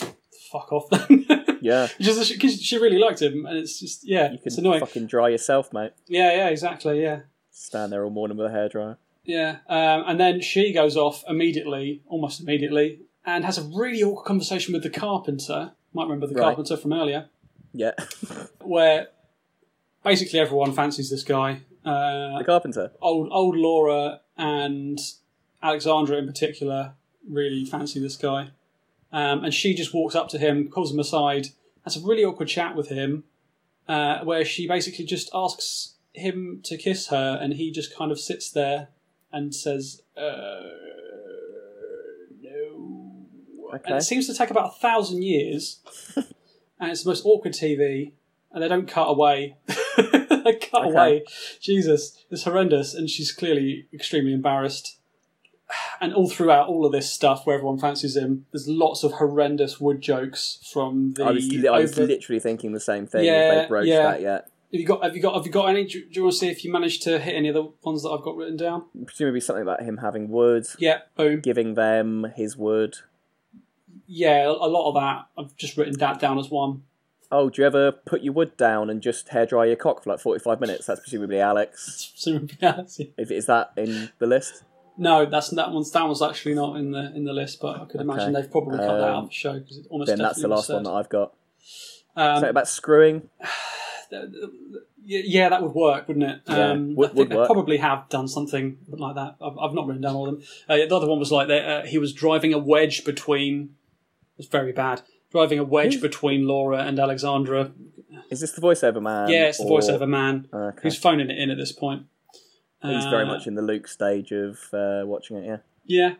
[SPEAKER 1] "F- fuck off then.
[SPEAKER 2] yeah,
[SPEAKER 1] Just because she really liked him, and it's just yeah,
[SPEAKER 2] you
[SPEAKER 1] it's
[SPEAKER 2] can
[SPEAKER 1] annoying.
[SPEAKER 2] fucking dry yourself, mate.
[SPEAKER 1] Yeah, yeah, exactly. Yeah,
[SPEAKER 2] Stand there all morning with a hairdryer.
[SPEAKER 1] Yeah, um, and then she goes off immediately, almost immediately, and has a really awkward conversation with the carpenter. Might remember the
[SPEAKER 2] Right.
[SPEAKER 1] carpenter from earlier,
[SPEAKER 2] Yeah.
[SPEAKER 1] where basically everyone fancies this guy. Uh,
[SPEAKER 2] the carpenter.
[SPEAKER 1] old old Laura and Alexandra in particular really fancy this guy, um, and she just walks up to him, calls him aside, has a really awkward chat with him, uh, where she basically just asks him to kiss her, and he just kind of sits there and says, uh, "No." And
[SPEAKER 2] Okay.
[SPEAKER 1] it seems to take about a thousand years, and it's the most awkward TV, and they don't cut away. they cut
[SPEAKER 2] Okay.
[SPEAKER 1] away. Jesus, it's horrendous, and she's clearly extremely embarrassed. And all throughout all of this stuff, where everyone fancies him, there's lots of horrendous wood jokes from the.
[SPEAKER 2] I was, li- I was
[SPEAKER 1] over-
[SPEAKER 2] literally thinking the same thing if
[SPEAKER 1] Yeah,
[SPEAKER 2] they broached
[SPEAKER 1] yeah.
[SPEAKER 2] that yet.
[SPEAKER 1] have you got? Have you got? Have you got any? Do, do you want to see if you managed to hit any of the ones that I've got written down?
[SPEAKER 2] Presumably something about him having wood,
[SPEAKER 1] Yeah, boom.
[SPEAKER 2] giving them his wood.
[SPEAKER 1] Yeah, a lot of that. I've just written that down as one.
[SPEAKER 2] Oh, do you ever put your wood down and just hairdry your cock for like 45 minutes? That's presumably Alex.
[SPEAKER 1] Some reality.
[SPEAKER 2] If- Is that in the list?
[SPEAKER 1] No, that's that one's that one's actually not in the in the list, but I could imagine
[SPEAKER 2] Okay.
[SPEAKER 1] they've probably cut that out
[SPEAKER 2] Um,
[SPEAKER 1] of the show because it almost
[SPEAKER 2] then that's the
[SPEAKER 1] definitely was
[SPEAKER 2] last one
[SPEAKER 1] said.
[SPEAKER 2] that I've got.
[SPEAKER 1] Um,
[SPEAKER 2] Something about screwing.
[SPEAKER 1] th- th- th- yeah, that would work, wouldn't it?
[SPEAKER 2] Yeah,
[SPEAKER 1] Um,
[SPEAKER 2] would-
[SPEAKER 1] I
[SPEAKER 2] would
[SPEAKER 1] think they
[SPEAKER 2] work.
[SPEAKER 1] probably have done something like that. I've, I've not written down all of them. Uh, yeah, the other one was like that, uh, he was driving a wedge between. It's very bad. Driving a wedge between Laura and Alexandra.
[SPEAKER 2] Is this the voiceover man?
[SPEAKER 1] Yeah, it's the
[SPEAKER 2] or-
[SPEAKER 1] voiceover man
[SPEAKER 2] Okay.
[SPEAKER 1] who's phoning it in at this point.
[SPEAKER 2] He's
[SPEAKER 1] Uh,
[SPEAKER 2] very much in the Luke stage of uh, watching it, yeah.
[SPEAKER 1] Yeah.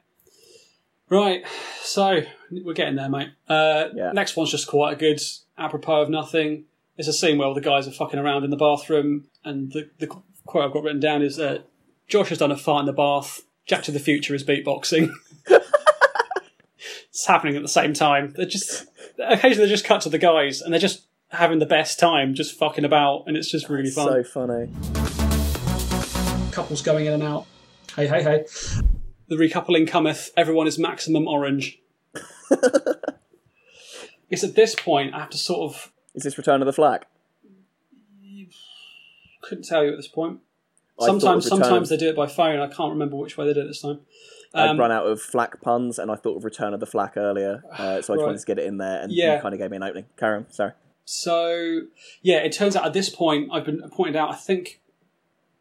[SPEAKER 1] Right. So we're getting there, mate. Uh,
[SPEAKER 2] Yeah.
[SPEAKER 1] Next one's just quite a good apropos of nothing. It's a scene where all the guys are fucking around in the bathroom, and the, the quote I've got written down is uh, Josh has done a fart in the bath. Jack to the future is beatboxing. it's happening at the same time. They're just occasionally they just cut to the guys, and they're just having the best time, just fucking about, and it's just really fun
[SPEAKER 2] So funny.
[SPEAKER 1] couples going in and out. Hey, hey, hey. The recoupling cometh, everyone is maximum orange. it's at this point I have to sort of
[SPEAKER 2] Is this Return of the Flag?
[SPEAKER 1] couldn't tell you at this point.
[SPEAKER 2] I thought it
[SPEAKER 1] Sometimes
[SPEAKER 2] was Return
[SPEAKER 1] sometimes
[SPEAKER 2] of,
[SPEAKER 1] they do it um, by phone, I can't remember which way they did it this time.
[SPEAKER 2] I'd run out of flack puns and I thought of Return of the Flack earlier, uh, so I just
[SPEAKER 1] Right.
[SPEAKER 2] wanted to get it in there and
[SPEAKER 1] Yeah.
[SPEAKER 2] you kind of gave me an opening. Karen, sorry.
[SPEAKER 1] So yeah, it turns out at this point I've been pointed out, I think,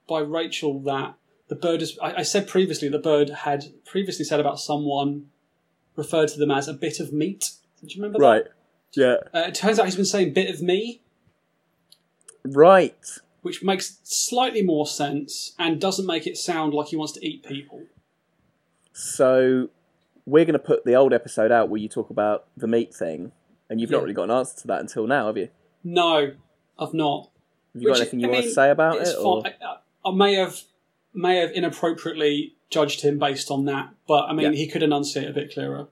[SPEAKER 1] by Rachel that the bird is. I, I said previously the bird had previously said about someone referred to them as a bit of meat. Did you remember that?
[SPEAKER 2] Right. Yeah.
[SPEAKER 1] Uh, it turns out he's been saying bit of me,
[SPEAKER 2] Right.
[SPEAKER 1] which makes slightly more sense and doesn't make it sound like he wants to eat people.
[SPEAKER 2] So we're going to put the old episode out where you talk about the meat thing, and you've
[SPEAKER 1] Yeah.
[SPEAKER 2] not really got an answer to that until now, have you?
[SPEAKER 1] No, I've not.
[SPEAKER 2] Have you
[SPEAKER 1] Which,
[SPEAKER 2] got anything
[SPEAKER 1] I
[SPEAKER 2] you want to
[SPEAKER 1] mean,
[SPEAKER 2] say about
[SPEAKER 1] it's
[SPEAKER 2] it? Or?
[SPEAKER 1] fine. I, I may have may have inappropriately judged him based on that, but I mean
[SPEAKER 2] Yeah.
[SPEAKER 1] he could enunciate a bit clearer.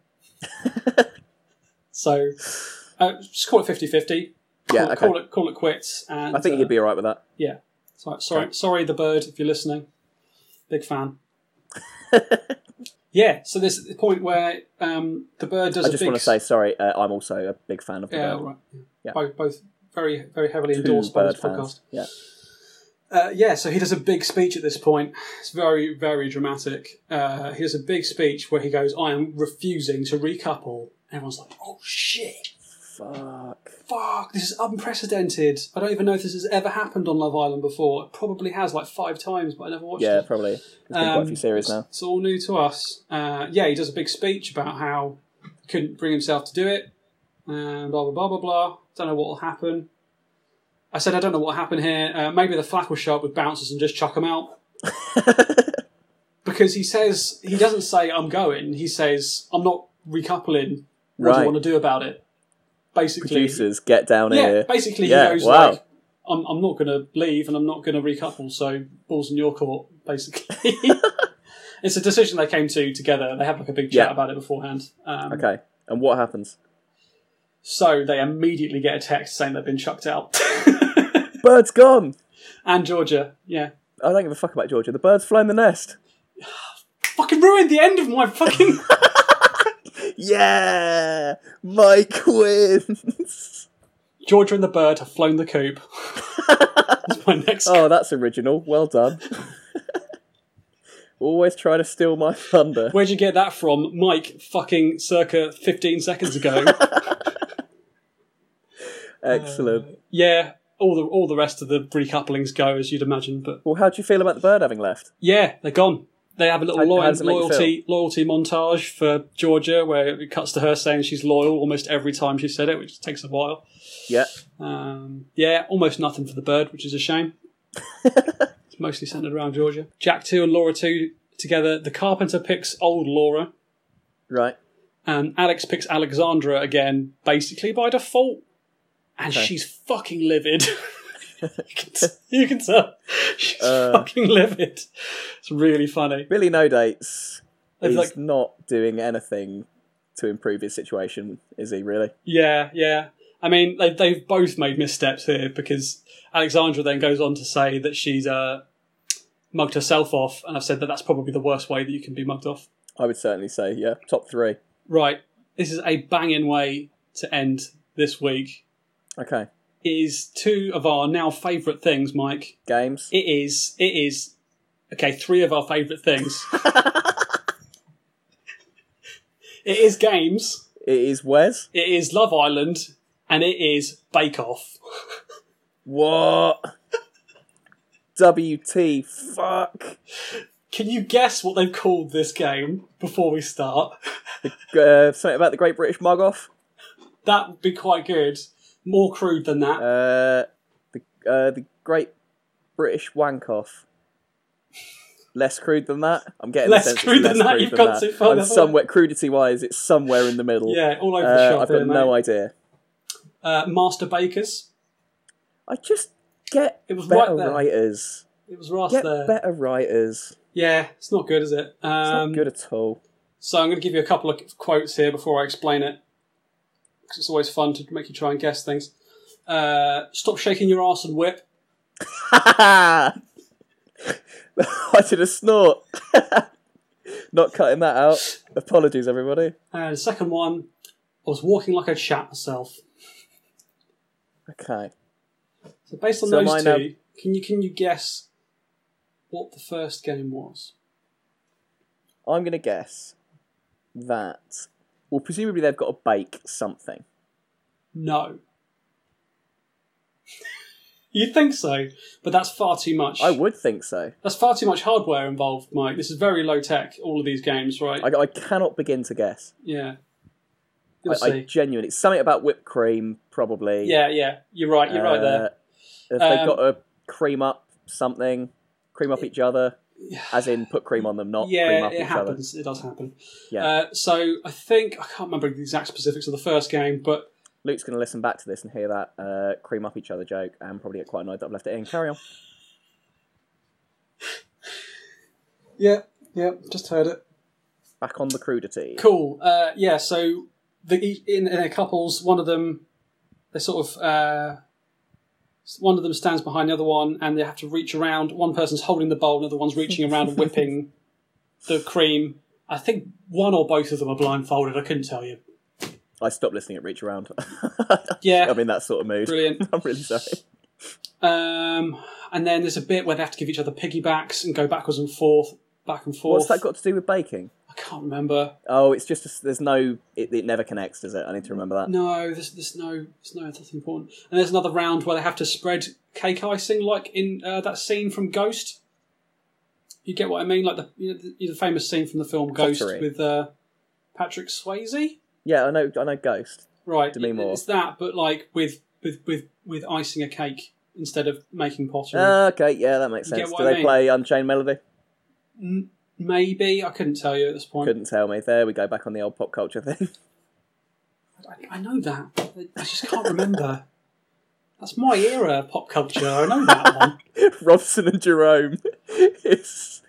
[SPEAKER 1] so uh, just call it 50-50.
[SPEAKER 2] Yeah,
[SPEAKER 1] call,
[SPEAKER 2] okay.
[SPEAKER 1] call it call it quits. And
[SPEAKER 2] I think
[SPEAKER 1] uh,
[SPEAKER 2] you'd be all right with that.
[SPEAKER 1] yeah. Sorry, sorry, sorry, the bird, if you're listening, big fan. yeah, so there's the point where um, the bird does
[SPEAKER 2] I
[SPEAKER 1] a
[SPEAKER 2] just
[SPEAKER 1] big
[SPEAKER 2] want to say sorry. Uh, I'm also a big fan of the
[SPEAKER 1] Yeah,
[SPEAKER 2] bird.
[SPEAKER 1] all right.
[SPEAKER 2] Yeah.
[SPEAKER 1] Both, both very, very heavily
[SPEAKER 2] Two
[SPEAKER 1] endorsed by
[SPEAKER 2] bird
[SPEAKER 1] this podcast.
[SPEAKER 2] fans. Yeah.
[SPEAKER 1] Uh, yeah, so he does a big speech at this point. It's very, very dramatic. Uh, he does a big speech where he goes, "I am refusing to recouple." Everyone's like, "Oh shit!
[SPEAKER 2] Fuck.
[SPEAKER 1] Fuck! This is unprecedented. I don't even know if this has ever happened on Love Island before. It probably has, like five times, but I never watched
[SPEAKER 2] Yeah,
[SPEAKER 1] it."
[SPEAKER 2] probably. There's been quite a few series
[SPEAKER 1] it's,
[SPEAKER 2] now.
[SPEAKER 1] it's all new to us. Uh, yeah, he does a big speech about how he couldn't bring himself to do it, and blah blah blah blah blah. Don't know what will happen. I said I don't know what will happen here. Uh, maybe the flak will show up with bouncers and just chuck them out. because he says he doesn't say I'm going. He says I'm not recoupling. What do
[SPEAKER 2] Right.
[SPEAKER 1] you want to do about it? Basically,
[SPEAKER 2] Producers, get down
[SPEAKER 1] yeah,
[SPEAKER 2] here.
[SPEAKER 1] basically
[SPEAKER 2] Yeah,
[SPEAKER 1] he goes
[SPEAKER 2] wow.
[SPEAKER 1] like, I'm, I'm not going to leave and I'm not going to recouple, so balls in your court, basically. it's a decision they came to together. They had like a big chat
[SPEAKER 2] Yeah.
[SPEAKER 1] about it beforehand. Um,
[SPEAKER 2] Okay. And what happens?
[SPEAKER 1] So they immediately get a text saying they've been chucked out.
[SPEAKER 2] Bird's gone.
[SPEAKER 1] and Georgia, yeah.
[SPEAKER 2] I don't give a fuck about Georgia. The bird's flown the nest.
[SPEAKER 1] Fucking ruined the end of my fucking.
[SPEAKER 2] Yeah, Mike wins.
[SPEAKER 1] Georgia and the bird have flown the coop. That's my next.
[SPEAKER 2] oh, that's original. Oh, Well done. Always try to steal my thunder.
[SPEAKER 1] Where'd you get that from, Mike? Fucking circa fifteen seconds ago. uh,
[SPEAKER 2] Excellent.
[SPEAKER 1] yeah, all the all the rest of the recouplings go as you'd imagine, but
[SPEAKER 2] well, how do you feel about the bird having left?
[SPEAKER 1] yeah, they're gone. They have a little
[SPEAKER 2] How- how
[SPEAKER 1] loyal,
[SPEAKER 2] does it make you
[SPEAKER 1] loyalty loyalty montage for Georgia, where it cuts to her saying she's loyal almost every time she said it, which takes a while.
[SPEAKER 2] Yeah.
[SPEAKER 1] Um, yeah, almost nothing for the bird, which is a shame. it's mostly centered around Georgia. Jack two and Laura two together. The carpenter picks old Laura,
[SPEAKER 2] Right.
[SPEAKER 1] and Alex picks Alexandra again, basically by default. And she's fucking livid. you, can t- you can tell she's
[SPEAKER 2] Uh.
[SPEAKER 1] fucking livid. It's really funny.
[SPEAKER 2] Billy No Dates
[SPEAKER 1] It's
[SPEAKER 2] is
[SPEAKER 1] like-
[SPEAKER 2] not doing anything to improve his situation, is he? Really?
[SPEAKER 1] Yeah, yeah. I mean, they, they've both made missteps here because Alexandra then goes on to say that she's uh, mugged herself off, and I've said that that's probably the worst way that you can be mugged off.
[SPEAKER 2] I would certainly say, yeah, top three.
[SPEAKER 1] Right, this is a banging way to end this week.
[SPEAKER 2] Okay.
[SPEAKER 1] It is two of our now favourite things, Mike.
[SPEAKER 2] Games.
[SPEAKER 1] It is, it is, okay, three of our favourite things. it is games,
[SPEAKER 2] It is Wes.
[SPEAKER 1] it is Love Island, and it is Bake Off.
[SPEAKER 2] What? WT. Fuck.
[SPEAKER 1] Can you guess what they've called this game before we start?
[SPEAKER 2] Uh, something about the Great British Mug Off.
[SPEAKER 1] That would be quite good. More crude than that.
[SPEAKER 2] Uh, the uh, the Great British Wank Off. Less crude than that. I'm getting
[SPEAKER 1] Less
[SPEAKER 2] the sense it's
[SPEAKER 1] crude than
[SPEAKER 2] less
[SPEAKER 1] that,
[SPEAKER 2] Crude
[SPEAKER 1] you've
[SPEAKER 2] than
[SPEAKER 1] gone
[SPEAKER 2] that.
[SPEAKER 1] too far,
[SPEAKER 2] I'm
[SPEAKER 1] that's all.
[SPEAKER 2] somewhere crudity wise. It's somewhere in the middle.
[SPEAKER 1] yeah, all over the
[SPEAKER 2] Uh,
[SPEAKER 1] shop.
[SPEAKER 2] I've got
[SPEAKER 1] there,
[SPEAKER 2] no
[SPEAKER 1] mate.
[SPEAKER 2] idea.
[SPEAKER 1] Uh, Master Bakers.
[SPEAKER 2] I just get
[SPEAKER 1] It was
[SPEAKER 2] better
[SPEAKER 1] right there.
[SPEAKER 2] writers.
[SPEAKER 1] It was right
[SPEAKER 2] Get
[SPEAKER 1] there.
[SPEAKER 2] better writers.
[SPEAKER 1] Yeah, it's not good, is it?
[SPEAKER 2] It's
[SPEAKER 1] Um,
[SPEAKER 2] not good at all.
[SPEAKER 1] So I'm going to give you a couple of quotes here before I explain it, because it's always fun to make you try and guess things. Uh, Stop shaking your ass and whip.
[SPEAKER 2] I did a snort. not cutting that out. Apologies, everybody.
[SPEAKER 1] And the second one, I was walking like I shat myself.
[SPEAKER 2] Okay.
[SPEAKER 1] So based on
[SPEAKER 2] So
[SPEAKER 1] those
[SPEAKER 2] mine
[SPEAKER 1] two,
[SPEAKER 2] are-
[SPEAKER 1] can you can you guess what the first game was?
[SPEAKER 2] I'm going to guess that. Well, presumably they've got to bake something.
[SPEAKER 1] No. You'd think so, but that's far too much.
[SPEAKER 2] I would think so.
[SPEAKER 1] That's far too much hardware involved, Mike. This is very low tech. All of these games, right?
[SPEAKER 2] I, I cannot begin to guess.
[SPEAKER 1] Yeah. You'll
[SPEAKER 2] I,
[SPEAKER 1] see.
[SPEAKER 2] I genuinely. Something about whipped cream, probably. Uh,
[SPEAKER 1] Yeah, yeah. You're right. You're right there.
[SPEAKER 2] If they
[SPEAKER 1] Um,
[SPEAKER 2] got to cream up something, cream up each other, as in put cream on them, not cream
[SPEAKER 1] Yeah,
[SPEAKER 2] up
[SPEAKER 1] it
[SPEAKER 2] each
[SPEAKER 1] happens. It does happen.
[SPEAKER 2] Yeah.
[SPEAKER 1] Uh, so I think I can't remember the exact specifics of the first game, but
[SPEAKER 2] other. Luke's going to listen back to this and hear that uh, cream up each other joke and probably get quite annoyed that I've left it in. Carry on.
[SPEAKER 1] yeah, yeah. Just heard it.
[SPEAKER 2] Back on the crudity.
[SPEAKER 1] Cool. Uh, yeah. So the each- in, in their couples, one of them they sort of uh, one of them stands behind the other one, and they have to reach around. One person's holding the bowl, another one's reaching around and whipping the cream. I think one or both of them are blindfolded. I couldn't tell you.
[SPEAKER 2] I stopped listening at Reach Around.
[SPEAKER 1] Yeah.
[SPEAKER 2] I'm in that sort of mood.
[SPEAKER 1] Brilliant.
[SPEAKER 2] I'm really sorry.
[SPEAKER 1] Um, and then there's a bit where they have to give each other piggybacks and go backwards and forth, back and forth.
[SPEAKER 2] What's that got to do with baking?
[SPEAKER 1] I can't remember.
[SPEAKER 2] Oh, it's just there's no. It, it never connects, does it? I need to remember that.
[SPEAKER 1] No, there's, there's no, there's no, that's important. And there's another round where they have to spread cake icing, like in uh, that scene from Ghost. You get what I mean, like the you know, the, the famous scene from the film Ghost
[SPEAKER 2] Pottery.
[SPEAKER 1] with uh, Patrick Swayze.
[SPEAKER 2] Yeah, I know. I know. Ghost.
[SPEAKER 1] Right,
[SPEAKER 2] Demi
[SPEAKER 1] it-
[SPEAKER 2] Moore.
[SPEAKER 1] it's that, but like with with with with icing a cake instead of making pottery.
[SPEAKER 2] Ah, okay, yeah, that makes
[SPEAKER 1] Hmm. You get what
[SPEAKER 2] sense. Do
[SPEAKER 1] I
[SPEAKER 2] they
[SPEAKER 1] mean?
[SPEAKER 2] play Unchained Melody?
[SPEAKER 1] Maybe I couldn't tell you at this point.
[SPEAKER 2] Couldn't tell me. There we go. Back on the old pop culture thing.
[SPEAKER 1] I, I know that. I just can't remember. That's my era of pop culture. I know that one.
[SPEAKER 2] Robson and Jerome. It's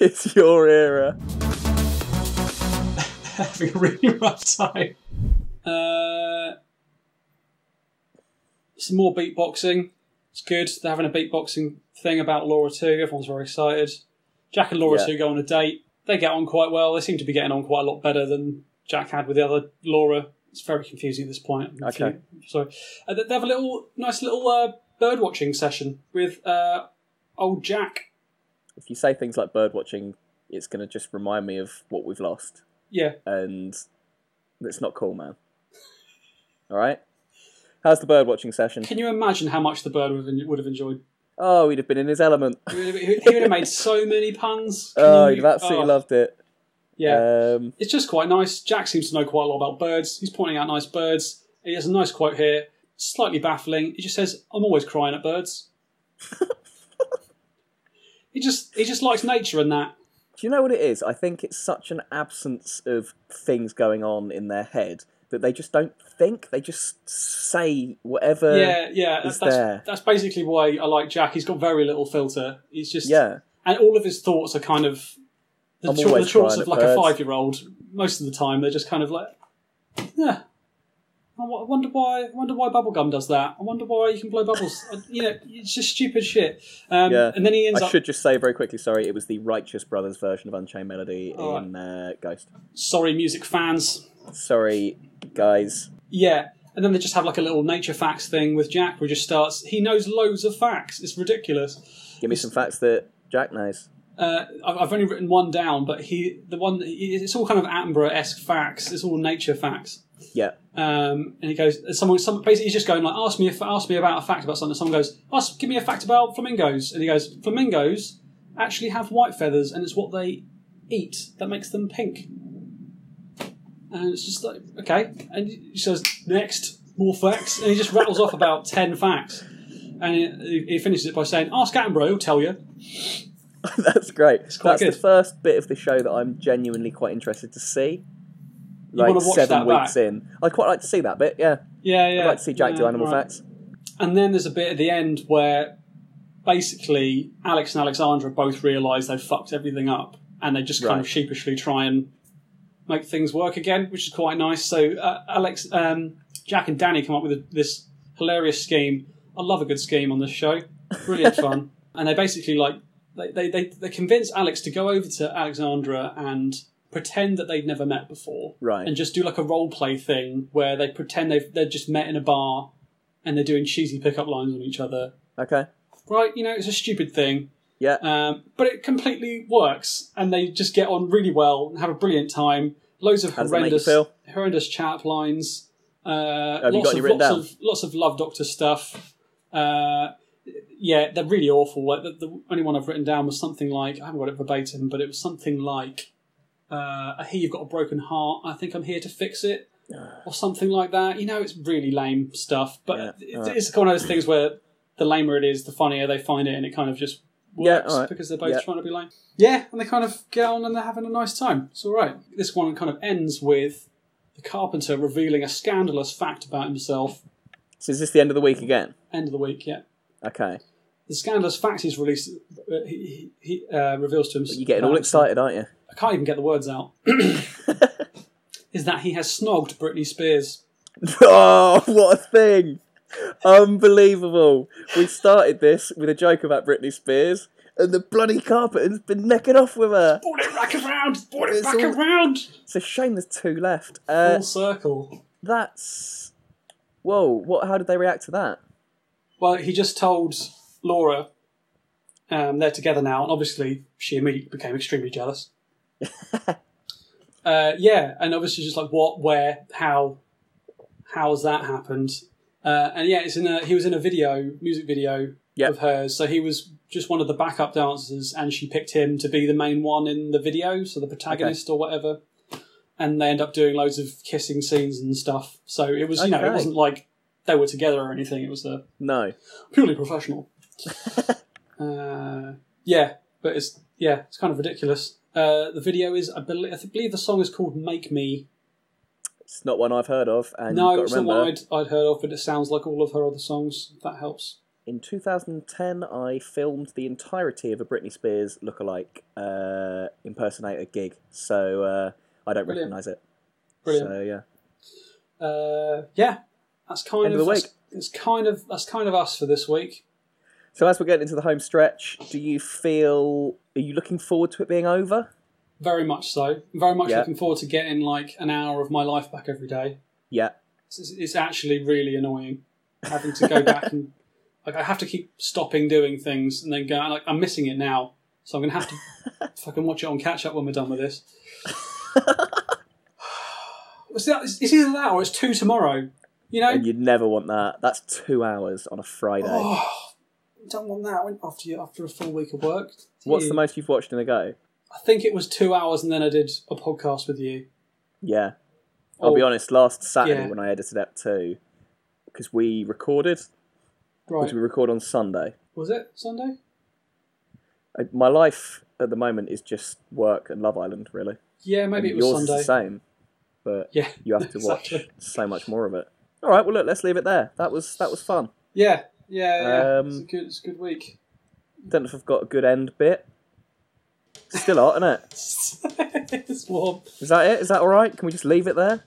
[SPEAKER 2] it's your era.
[SPEAKER 1] having a really rough time. Uh, some more beatboxing. It's good. They're having a beatboxing thing about Laura too. Everyone's very excited. Jack and Laura
[SPEAKER 2] Yeah.
[SPEAKER 1] too go on a date. They get on quite well. They seem to be getting on quite a lot better than Jack had with the other Laura. It's very confusing at this point. I'm
[SPEAKER 2] Okay.
[SPEAKER 1] confused. Sorry. Uh, they they have a little nice little uh, bird watching session with uh, old Jack.
[SPEAKER 2] If you say things like bird watching it's going to just remind me of what we've lost.
[SPEAKER 1] Yeah,
[SPEAKER 2] And it's not cool, man. All right? How's the bird watching session?
[SPEAKER 1] can you imagine how much the bird would have, would have enjoyed?
[SPEAKER 2] Oh, he'd have been in his element.
[SPEAKER 1] He would have, he would have made so many puns. Can
[SPEAKER 2] Oh,
[SPEAKER 1] you-
[SPEAKER 2] he'd have absolutely
[SPEAKER 1] oh,
[SPEAKER 2] loved it.
[SPEAKER 1] Yeah,
[SPEAKER 2] Um,
[SPEAKER 1] it's just quite nice. Jack seems to know quite a lot about birds. He's pointing out nice birds. He has a nice quote here, slightly baffling. He just says, "I'm always crying at birds." he just he just likes nature and that.
[SPEAKER 2] Do you know what it is? I think it's such an absence of things going on in their head that they just don't think. They just say whatever.
[SPEAKER 1] yeah, yeah.
[SPEAKER 2] is
[SPEAKER 1] That's,
[SPEAKER 2] there.
[SPEAKER 1] that's that's basically why I like Jack. He's got very little filter. He's just
[SPEAKER 2] Yeah.
[SPEAKER 1] and all of his thoughts are kind of the,
[SPEAKER 2] I'm
[SPEAKER 1] chor- the
[SPEAKER 2] always
[SPEAKER 1] chorts of
[SPEAKER 2] crying at
[SPEAKER 1] like a
[SPEAKER 2] birds.
[SPEAKER 1] five-year-old. Most of the time, they're just kind of like, yeah. I wo- I wonder why. I wonder why bubblegum does that. I wonder why you can blow bubbles. I- you know, it's just stupid shit. Um,
[SPEAKER 2] Yeah.
[SPEAKER 1] And then he ends
[SPEAKER 2] I
[SPEAKER 1] up.
[SPEAKER 2] should just say very quickly, sorry, it was the Righteous Brothers version of Unchained Melody
[SPEAKER 1] All
[SPEAKER 2] in uh, Ghost.
[SPEAKER 1] Sorry, music fans.
[SPEAKER 2] Sorry, guys.
[SPEAKER 1] Yeah. And then they just have like a little nature facts thing with Jack, where he just starts. He knows loads of facts. It's ridiculous.
[SPEAKER 2] Give me some facts that Jack knows.
[SPEAKER 1] uh, I've I've only written one down, but he the one it's all kind of Attenborough esque facts. It's all nature facts.
[SPEAKER 2] Yeah.
[SPEAKER 1] Um, and he goes, and someone, some, basically, he's just going like, ask me, if, ask me about a fact about something. Someone goes, ask, give me a fact about flamingos. And he goes, flamingos actually have white feathers, and it's what they eat that makes them pink. And it's just like, okay. And he says, next, more facts. And he just rattles off about 10 facts. And he, he finishes it by saying, ask Attenborough, he'll tell you.
[SPEAKER 2] That's great.
[SPEAKER 1] quite
[SPEAKER 2] That's the
[SPEAKER 1] good.
[SPEAKER 2] first bit of the show that I'm genuinely quite interested to see. Like
[SPEAKER 1] wanna watch
[SPEAKER 2] seven
[SPEAKER 1] that
[SPEAKER 2] weeks
[SPEAKER 1] back?
[SPEAKER 2] in. I'd quite like to see that bit, yeah.
[SPEAKER 1] Yeah, yeah.
[SPEAKER 2] I'd like to see Jack do
[SPEAKER 1] Yeah,
[SPEAKER 2] animal
[SPEAKER 1] right.
[SPEAKER 2] facts.
[SPEAKER 1] And then there's a bit at the end where basically Alex and Alexandra both realise they've fucked everything up and they just kind
[SPEAKER 2] Right.
[SPEAKER 1] of sheepishly try and make things work again, which is quite nice. So uh, Alex, um, Jack, and Danny come up with a, this hilarious scheme. I love a good scheme on this show. Brilliant fun. And they basically like they, they, they, they convince Alex to go over to Alexandra and pretend that they'd never met before.
[SPEAKER 2] Right.
[SPEAKER 1] And just do like a role play thing where they pretend they've they've just met in a bar and they're doing cheesy pickup lines on each other.
[SPEAKER 2] Okay.
[SPEAKER 1] Right, you know, it's a stupid thing.
[SPEAKER 2] Yeah.
[SPEAKER 1] Um, but it completely works, and they just get on really well and have a brilliant time. Loads of
[SPEAKER 2] How does that make you
[SPEAKER 1] horrendous,
[SPEAKER 2] feel?
[SPEAKER 1] horrendous chat up lines. Uh,
[SPEAKER 2] Have you got
[SPEAKER 1] lots
[SPEAKER 2] any
[SPEAKER 1] of
[SPEAKER 2] written
[SPEAKER 1] lots
[SPEAKER 2] down?
[SPEAKER 1] of lots of love doctor stuff. Uh, yeah, they're really awful. Like the, the only one I've written down was something like I haven't got it verbatim, but it was something like, uh, "I hear you've got a broken heart. I think I'm here to fix it," or something like that. You know, it's really lame stuff, but
[SPEAKER 2] Yeah,
[SPEAKER 1] it-
[SPEAKER 2] alright.
[SPEAKER 1] it's one of those things where the lamer it is, the funnier they find it, and it kind of just works
[SPEAKER 2] alright.
[SPEAKER 1] because they're both
[SPEAKER 2] Yeah.
[SPEAKER 1] trying to be lame. Yeah, and they kind of get on and they're having a nice time. It's all right. This one kind of ends with the carpenter revealing a scandalous fact about himself.
[SPEAKER 2] So is this the end of the week again?
[SPEAKER 1] End of the week, yeah.
[SPEAKER 2] Okay.
[SPEAKER 1] The scandalous fact he's released, uh, he, he he, uh, reveals to himself.
[SPEAKER 2] You're getting all excited, aren't you?
[SPEAKER 1] I can't even get the words out. is that he has snogged Britney Spears?
[SPEAKER 2] Oh, what a thing! Unbelievable. We started this with a joke about Britney Spears, and the bloody carpenter's been necking off with her.
[SPEAKER 1] Brought it back around. Brought it
[SPEAKER 2] It's
[SPEAKER 1] back
[SPEAKER 2] all-
[SPEAKER 1] around.
[SPEAKER 2] It's a shame there's two left.
[SPEAKER 1] Full
[SPEAKER 2] Uh,
[SPEAKER 1] circle.
[SPEAKER 2] that's whoa. What? How did they react to that?
[SPEAKER 1] Well, he just told Laura um, they're together now, and obviously she immediately became extremely jealous. uh, yeah, and obviously just like what, where, how, how's that happened? Uh, and yeah, it's in a, he was in a video, music video
[SPEAKER 2] Yep.
[SPEAKER 1] of hers, so he was just one of the backup dancers, and she picked him to be the main one in the video, so the protagonist or whatever. And they end up doing loads of kissing scenes and stuff. So it was, you know, it
[SPEAKER 2] Okay.
[SPEAKER 1] wasn't like they were together or anything. It was a
[SPEAKER 2] No.
[SPEAKER 1] purely professional. uh, yeah, but it's yeah, it's kind of ridiculous. Uh, the video is, I believe, I believe the song is called "Make Me."
[SPEAKER 2] It's not one I've heard of, and
[SPEAKER 1] no,
[SPEAKER 2] you've
[SPEAKER 1] it's
[SPEAKER 2] got to
[SPEAKER 1] not one
[SPEAKER 2] Hmm, remember.
[SPEAKER 1] I'd, I'd heard of, but it sounds like all of her other songs. If that helps.
[SPEAKER 2] In 2010, I filmed the entirety of a Britney Spears lookalike uh, impersonator gig, so uh, I don't
[SPEAKER 1] Brilliant.
[SPEAKER 2] recognise it.
[SPEAKER 1] Brilliant.
[SPEAKER 2] So yeah,
[SPEAKER 1] Uh, yeah, that's kind
[SPEAKER 2] End
[SPEAKER 1] of,
[SPEAKER 2] of the
[SPEAKER 1] that's, it's kind of that's kind of us for this week.
[SPEAKER 2] So as we're getting into the home stretch, do you feel are you looking forward to it being over?
[SPEAKER 1] Very much so. Very much
[SPEAKER 2] Yeah.
[SPEAKER 1] looking forward to getting like an hour of my life back every day.
[SPEAKER 2] Yeah.
[SPEAKER 1] It's, it's actually really annoying having to go back and like I have to keep stopping doing things and then go like I'm missing it now. So I'm going to have to fucking watch it on catch up when we're done with this. it's, that- it's either that or it's two tomorrow. You know?
[SPEAKER 2] And you'd never want that. That's two hours on a Friday.
[SPEAKER 1] Oh, don't want that when- after you, after a full week of work.
[SPEAKER 2] What's
[SPEAKER 1] Ew.
[SPEAKER 2] the most you've watched in a go?
[SPEAKER 1] I think it was two hours, and then I did a podcast with you.
[SPEAKER 2] Yeah. I'll be
[SPEAKER 1] Oh,
[SPEAKER 2] honest, last Saturday
[SPEAKER 1] yeah.
[SPEAKER 2] when I edited that too, because we recorded,
[SPEAKER 1] Right?
[SPEAKER 2] which we record on Sunday.
[SPEAKER 1] Was it Sunday?
[SPEAKER 2] I- My life at the moment is just work and Love Island, really.
[SPEAKER 1] Yeah, maybe
[SPEAKER 2] And
[SPEAKER 1] it
[SPEAKER 2] yours
[SPEAKER 1] was
[SPEAKER 2] is
[SPEAKER 1] Sunday.
[SPEAKER 2] the same, but
[SPEAKER 1] Yeah,
[SPEAKER 2] you have to watch
[SPEAKER 1] exactly.
[SPEAKER 2] so much more of it. All right, well look, let's leave it there. That was that was fun.
[SPEAKER 1] Yeah, yeah, yeah. it's, a
[SPEAKER 2] Um,
[SPEAKER 1] good, it's a good week.
[SPEAKER 2] Don't know if I've got a good end bit. Still hot, isn't it?
[SPEAKER 1] it's warm.
[SPEAKER 2] Is that it? Is that all right? Can we just leave it there?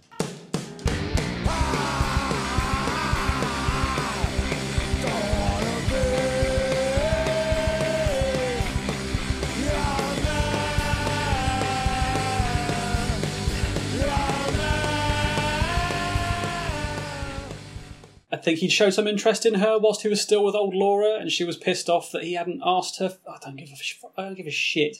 [SPEAKER 1] I think he'd showed some interest in her whilst he was still with old Laura, and she was pissed off that he hadn't asked her. I don't give a, sh- I don't give a shit.